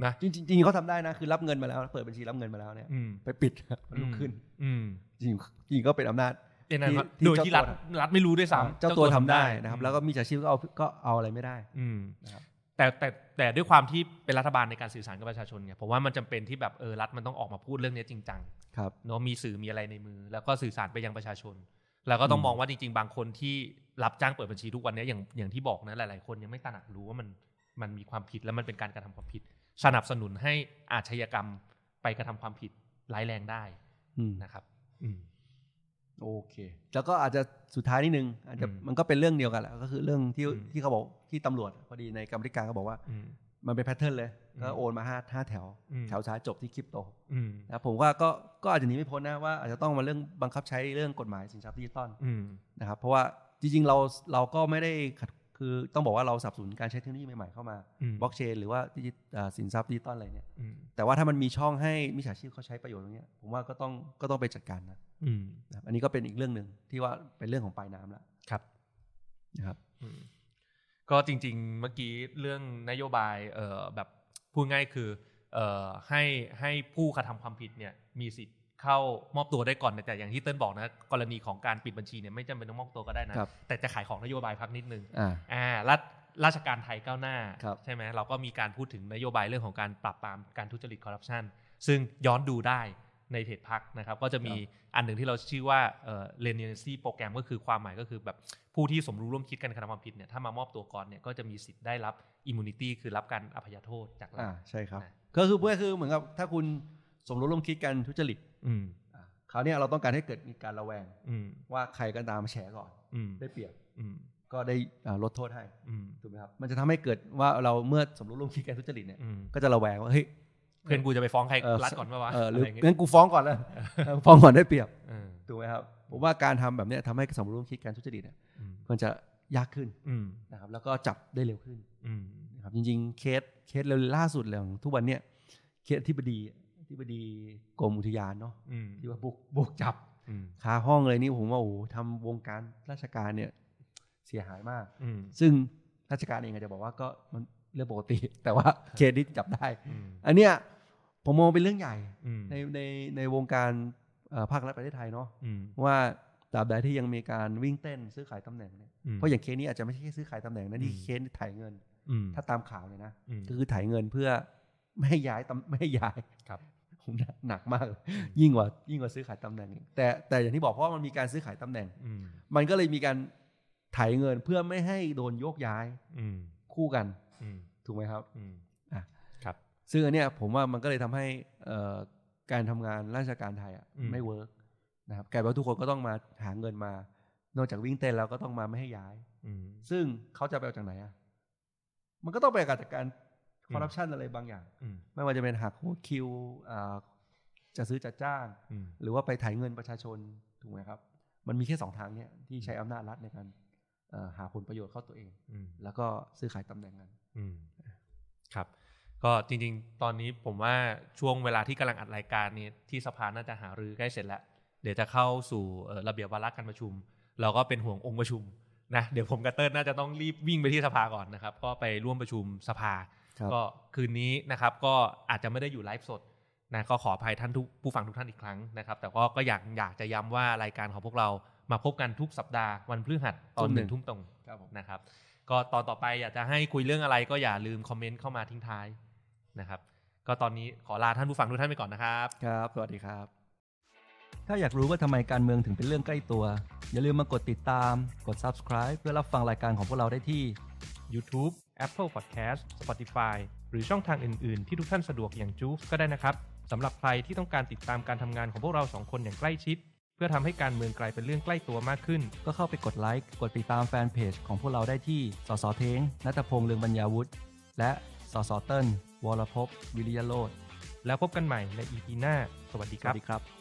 [SPEAKER 2] นะ
[SPEAKER 1] จริงๆจริงๆเขาทำได้นะคือรับเงินมาแล้ว เปิดบัญชีรับเงินมาแล้วเนี่ย
[SPEAKER 2] อืม
[SPEAKER 1] ไปปิดมันลุก
[SPEAKER 2] อืม
[SPEAKER 1] ขึ้น
[SPEAKER 2] อืม
[SPEAKER 1] จริงจริงๆก็เป็นอำนาจ
[SPEAKER 2] เป็นอะไรวะ
[SPEAKER 1] ที่
[SPEAKER 2] โดย
[SPEAKER 1] เจ้า
[SPEAKER 2] ที่รัฐ
[SPEAKER 1] ตัว
[SPEAKER 2] รัฐไม่รู้ด้วยซ้ำ
[SPEAKER 1] เจ้าตัวทำได้
[SPEAKER 2] ำ
[SPEAKER 1] นะครับ
[SPEAKER 2] อืม
[SPEAKER 1] แล้วก็มีจฉาชีพก็เอาก็เอาอะไรไม่ได้
[SPEAKER 2] อืม
[SPEAKER 1] นะครับ
[SPEAKER 2] แต่แต่แต่ด้วยความที่เป็นรัฐบาลในการสื่อสารกับประชาชนเนี่ยผมว่ามันจำเป็นที่แบบเออรัฐมันต้องออกมาพูดเรื่องนี้จริงจัง
[SPEAKER 1] ครับ
[SPEAKER 2] เนาะมีสื่อมีอะไรในมือ แล้วก็สื่อสารไปยังประชาชน แล้วก็ต้อง
[SPEAKER 1] อืม
[SPEAKER 2] มองว่าจริง ๆ บางคนที่รับจ้างเปิดบัญชีทุกวันเนี้ยอย่างอย่างที่บอกนะหลายๆ คนยังไม่ตระหนักรู้ว่ามันมันมีความผิดและมันเป็นการกระทำความผิด สนับสนุนให้อาชญากรรมไปกระทำความผิดร้ายแรงได้
[SPEAKER 1] อืม
[SPEAKER 2] นะครับ อืม
[SPEAKER 1] โอเค แล้วก็อาจจะสุดท้ายนิดนึงอาจจะ
[SPEAKER 2] อืม
[SPEAKER 1] มันก็เป็นเรื่องเดียวกันแหละก็คือเรื่องที่
[SPEAKER 2] อืม
[SPEAKER 1] ที่เขาบอกที่ตำรวจพอดีในกรรมธิการเขาบอกว่า
[SPEAKER 2] อืม
[SPEAKER 1] มันเป็นแพทเทิร์นเลย
[SPEAKER 2] อืม
[SPEAKER 1] ก็โอนมาห้าห้าแถว
[SPEAKER 2] อืม
[SPEAKER 1] แถวช้ายจบที่คริปโต
[SPEAKER 2] อืม
[SPEAKER 1] นะครับผมว่าก็ก็อาจจะหนีไม่พ้นนะว่าอาจจะต้องมาเรื่องบังคับใช้เรื่องกฎหมายสินทรัพย์ดิจิตอล
[SPEAKER 2] อืม
[SPEAKER 1] นะครับเพราะว่าจริงๆเราเราก็ไม่ได้ขัดคือต้องบอกว่าเราสนับสนุนการใช้เทคโนโลยีใหม่ๆเข้ามา
[SPEAKER 2] อืม
[SPEAKER 1] บล็อกเชนหรือว่าดิจิอ่าสินทรัพย์ดิจิตอลอะไรเนี่ย
[SPEAKER 2] อืม
[SPEAKER 1] แต่ว่าถ้ามันมีช่องให้มิจฉาชีพเขาใช้ประโยชน์ตรงเนี้ยผมว่าก็ต้องก็ต้องไปจัดการนะ
[SPEAKER 2] อืม
[SPEAKER 1] นะครับอันนี้ก็เป็นอีกเรื่องหนึ่งที่ว่าเป็นเรื่องของปลายน้ำละ
[SPEAKER 2] ครับ
[SPEAKER 1] นะครับ
[SPEAKER 2] อืมก็จริงๆ เมื่อกี้เรื่องนโยบายเอ่อแบบพูดง่ายคือเอ่อให้ให้ผู้กระทำความผิดเนี่ยมีสิทธิ์เข้ามอบตัวได้ก่อนแต่อย่างที่เติ้ลบอกนะกรณีของการปิดบัญชีเนี่ยไม่จำเป็นต้องมอบตัวก็ได้นะ
[SPEAKER 1] ครับ
[SPEAKER 2] แต่จะขายของนโยบายพักนิดนึง
[SPEAKER 1] อ่า
[SPEAKER 2] อ่ารัฐราชการไทยก้าวหน้า
[SPEAKER 1] ครับ
[SPEAKER 2] ใช่ไหมเราก็มีการพูดถึงนโยบายเรื่องของการปราบปรามการทุจริตคอร์รัปชันซึ่งย้อนดูได้ในเพจพักนะครับ ก็จะมีอันหนึ่งที่เราชื่อว่าเรเนซีโปรแกรมก็คือความหมายก็คือแบบผู้ที่สมรู้ร่วมคิดกันกระทำความผิดเนี่ยถ้ามามอบตัวก่อนเนี่ยก็จะมีสิทธิ์ได้รับอิมมูนิตี้คือรับการอภัยโทษจากรั
[SPEAKER 1] อ่า
[SPEAKER 2] ฐ
[SPEAKER 1] ใช่ครับ
[SPEAKER 2] นะ
[SPEAKER 1] ก็คือเพื่อคือเหมือนกับถ้าคุณสมรู้ร่วมคิดกันทุจริต
[SPEAKER 2] อืม
[SPEAKER 1] อ่าคราวเนี้ยเราต้องการให้เกิดมีการระแวง
[SPEAKER 2] อืม
[SPEAKER 1] ว่าใครก็ตามมาแฉก่อน
[SPEAKER 2] อืม
[SPEAKER 1] ได้เปรียบ
[SPEAKER 2] อืม
[SPEAKER 1] ก็ได้อ่าลดโทษให้
[SPEAKER 2] อืม
[SPEAKER 1] ถูกไหมครับมันจะทำให้เกิดว่าเราเมื่อสมรู้ร่วมคิดกันทุจริตเนี่ย
[SPEAKER 2] อืม
[SPEAKER 1] ก็จะระแวงว่าเฮ้ย
[SPEAKER 2] เพื่อนกูจะไปฟ้องใคร
[SPEAKER 1] เออ
[SPEAKER 2] รัฐก่อนปะวะ
[SPEAKER 1] เออห
[SPEAKER 2] อะ
[SPEAKER 1] รือ
[SPEAKER 2] ไรอย่างเงี้ย
[SPEAKER 1] งั้นกูฟ้องก่อนเลยเออ ฟ้องก่อนได้เปรียบ
[SPEAKER 2] เออ
[SPEAKER 1] ถูกไหมครับผมว่าการทำแบบเนี้ยทำให้สมรู้ร่วมคิดการทุจริตเนี่ย
[SPEAKER 2] อืม
[SPEAKER 1] มันจะยากขึ้น
[SPEAKER 2] อืม
[SPEAKER 1] นะครับแล้วก็จับได้เร็วขึ้น
[SPEAKER 2] อืม
[SPEAKER 1] นะครับจริงๆ เคสเคสเร็วล่าสุดเลยของทุกวันเนี่ยเคสที่บดีที่บดีกรมอุทยานเนาะ
[SPEAKER 2] อืม
[SPEAKER 1] ที่ว่าบุกบุกจับ
[SPEAKER 2] อืม
[SPEAKER 1] คาห้องเลยนี่ผมว่าโอ้โหทำวงการราชการเนี่ยเสียหายมาก
[SPEAKER 2] อืม
[SPEAKER 1] ซึ่งราชการเองอาจจะบอกว่าก็มันเรื่องปกติ แต่ว่าเคสที่จับได้
[SPEAKER 2] อืม
[SPEAKER 1] อันเนี้ยผมมองเป็นเรื่องใหญ่
[SPEAKER 2] อืม
[SPEAKER 1] ในในในวงการเอ่อภาครัฐประเทศไทยเนาะ
[SPEAKER 2] อืม
[SPEAKER 1] ว่าตราบใดที่ยังมีการวิ่งเต้นซื้อขายตำแหน่งเนี่ย
[SPEAKER 2] อืม
[SPEAKER 1] เพราะอย่างเคสนี้อาจจะไม่ใช่แค่ซื้อขายตำแหน่งนะนี่
[SPEAKER 2] อืม
[SPEAKER 1] เคสถ่ายเงิน
[SPEAKER 2] อืม
[SPEAKER 1] ถ้าตามข่าวเลยนะ
[SPEAKER 2] อืม
[SPEAKER 1] ก็คือถ่ายเงินเพื่อไม่ให้ย้ายตำไม่ให้ย้าย
[SPEAKER 2] ครับ
[SPEAKER 1] ผมนะหนักมากเลย
[SPEAKER 2] อืม
[SPEAKER 1] ยิ่งกว่ายิ่งกว่าซื้อขายตำแหน่งอีกแต่แต่อย่างที่บอกเพราะว่ามันมีการซื้อขายตำแหน่ง
[SPEAKER 2] อืม
[SPEAKER 1] มันก็เลยมีการถ่ายเงินเพื่อไม่ให้โดนโยกย้าย
[SPEAKER 2] อืม
[SPEAKER 1] คู่กัน
[SPEAKER 2] อืม
[SPEAKER 1] ถูกไหมครับ
[SPEAKER 2] อืม
[SPEAKER 1] อ่ะ
[SPEAKER 2] ครับ
[SPEAKER 1] ซึ่งอันเนี้ยผมว่ามันก็เลยทำให้เอ่อการทำงานราชการไทยอ่ะ
[SPEAKER 2] อืม
[SPEAKER 1] ไม่เวิร์กนะครับกลายเป็นว่าทุกคนก็ต้องมาหาเงินมา นอกจากวิ่งเต้นแล้วก็ต้องมาไม่ให้ย้าย
[SPEAKER 2] อืม
[SPEAKER 1] ซึ่งเขาจะไปเอาจากไหนอ่ะมันก็ต้องไปเอาจากการ
[SPEAKER 2] อืม
[SPEAKER 1] คอร์รัปชันอะไรบางอย่าง
[SPEAKER 2] อืม
[SPEAKER 1] ไม่ว่าจะเป็นหักหัวคิวอ่าจะซื้อจัดจ้าง
[SPEAKER 2] อืม
[SPEAKER 1] หรือว่าไปถ่ายเงินประชาชนถูกไหมครับ มันมีแค่สองทางเนี่ยที่ใช้อำนาจรัฐในการเอ่อหาผลประโยชน์เข้าตัวเอง
[SPEAKER 2] อืม
[SPEAKER 1] แล้วก็ซื้อขายตำแหน่งกัน
[SPEAKER 2] อืมครับ ก็จริง ๆ ตอนนี้ผมว่าช่วงเวลาที่กำลังอัดรายการนี้ที่สภาน่าจะหารือใกล้เสร็จแล้ว เดี๋ยวจะเข้าสู่เอ่อระเบียบวาระการประชุม เราก็เป็นห่วงองค์ประชุมนะเดี๋ยวผมกับเติ้ลน่าจะต้องรีบวิ่งไปที่สภาก่อนนะครับ ก็ไปร่วมประชุมสภา
[SPEAKER 1] ครับ
[SPEAKER 2] ก็คืนนี้นะครับก็อาจจะไม่ได้อยู่ไลฟ์สดนะก็ขออภัยท่านทุกผู้ฟังทุกท่านอีกครั้งนะครับ แต่ก็ก็อยากอยากจะย้ำว่ารายการของพวกเรามาพบกันทุกสัปดาห์วันพฤหัสตอนหนึ่งทุ่มตรง
[SPEAKER 1] ครับผม
[SPEAKER 2] นะครับ ก็ตอนต่อไปอยากจะให้คุยเรื่องอะไรก็อย่าลืมคอมเมนต์เข้ามาทิ้งท้ายนะครับ ก็ตอนนี้ขอลาท่านผู้ฟังทุกท่านไปก่อนนะครับ
[SPEAKER 1] ครับ สวัสดีครับ ถ้าอยากรู้ว่าทำไมการเมืองถึงเป็นเรื่องใกล้ตัว อย่าลืมมากดติดตาม กด subscribe เพื่อรับฟังรายการของพวกเราได้ที่
[SPEAKER 2] YouTube Apple Podcast Spotify หรือช่องทางอื่น ๆ ที่ทุกท่านสะดวกอย่างจูฟก็ได้นะครับสำหรับใครที่ต้องการติดตามการทำงานของพวกเราสองคนอย่างใกล้ชิด พื่อทำให้การเมืองกลายเป็นเรื่องใกล้ตัวมากขึ้น
[SPEAKER 1] ก็เข้าไปกดไลค์ กดติดตามแฟนเพจของพวกเราได้ที่สสเท้งนัทพงษ์เลืองบรรยาวุฒิและสสเติ้ลวรภพวิริยโรธ
[SPEAKER 2] แล้วพบกันใหม่ใน EP หน้า สวัสดี
[SPEAKER 1] ส
[SPEAKER 2] ค
[SPEAKER 1] วั
[SPEAKER 2] รั
[SPEAKER 1] ส
[SPEAKER 2] บ
[SPEAKER 1] ดีครับ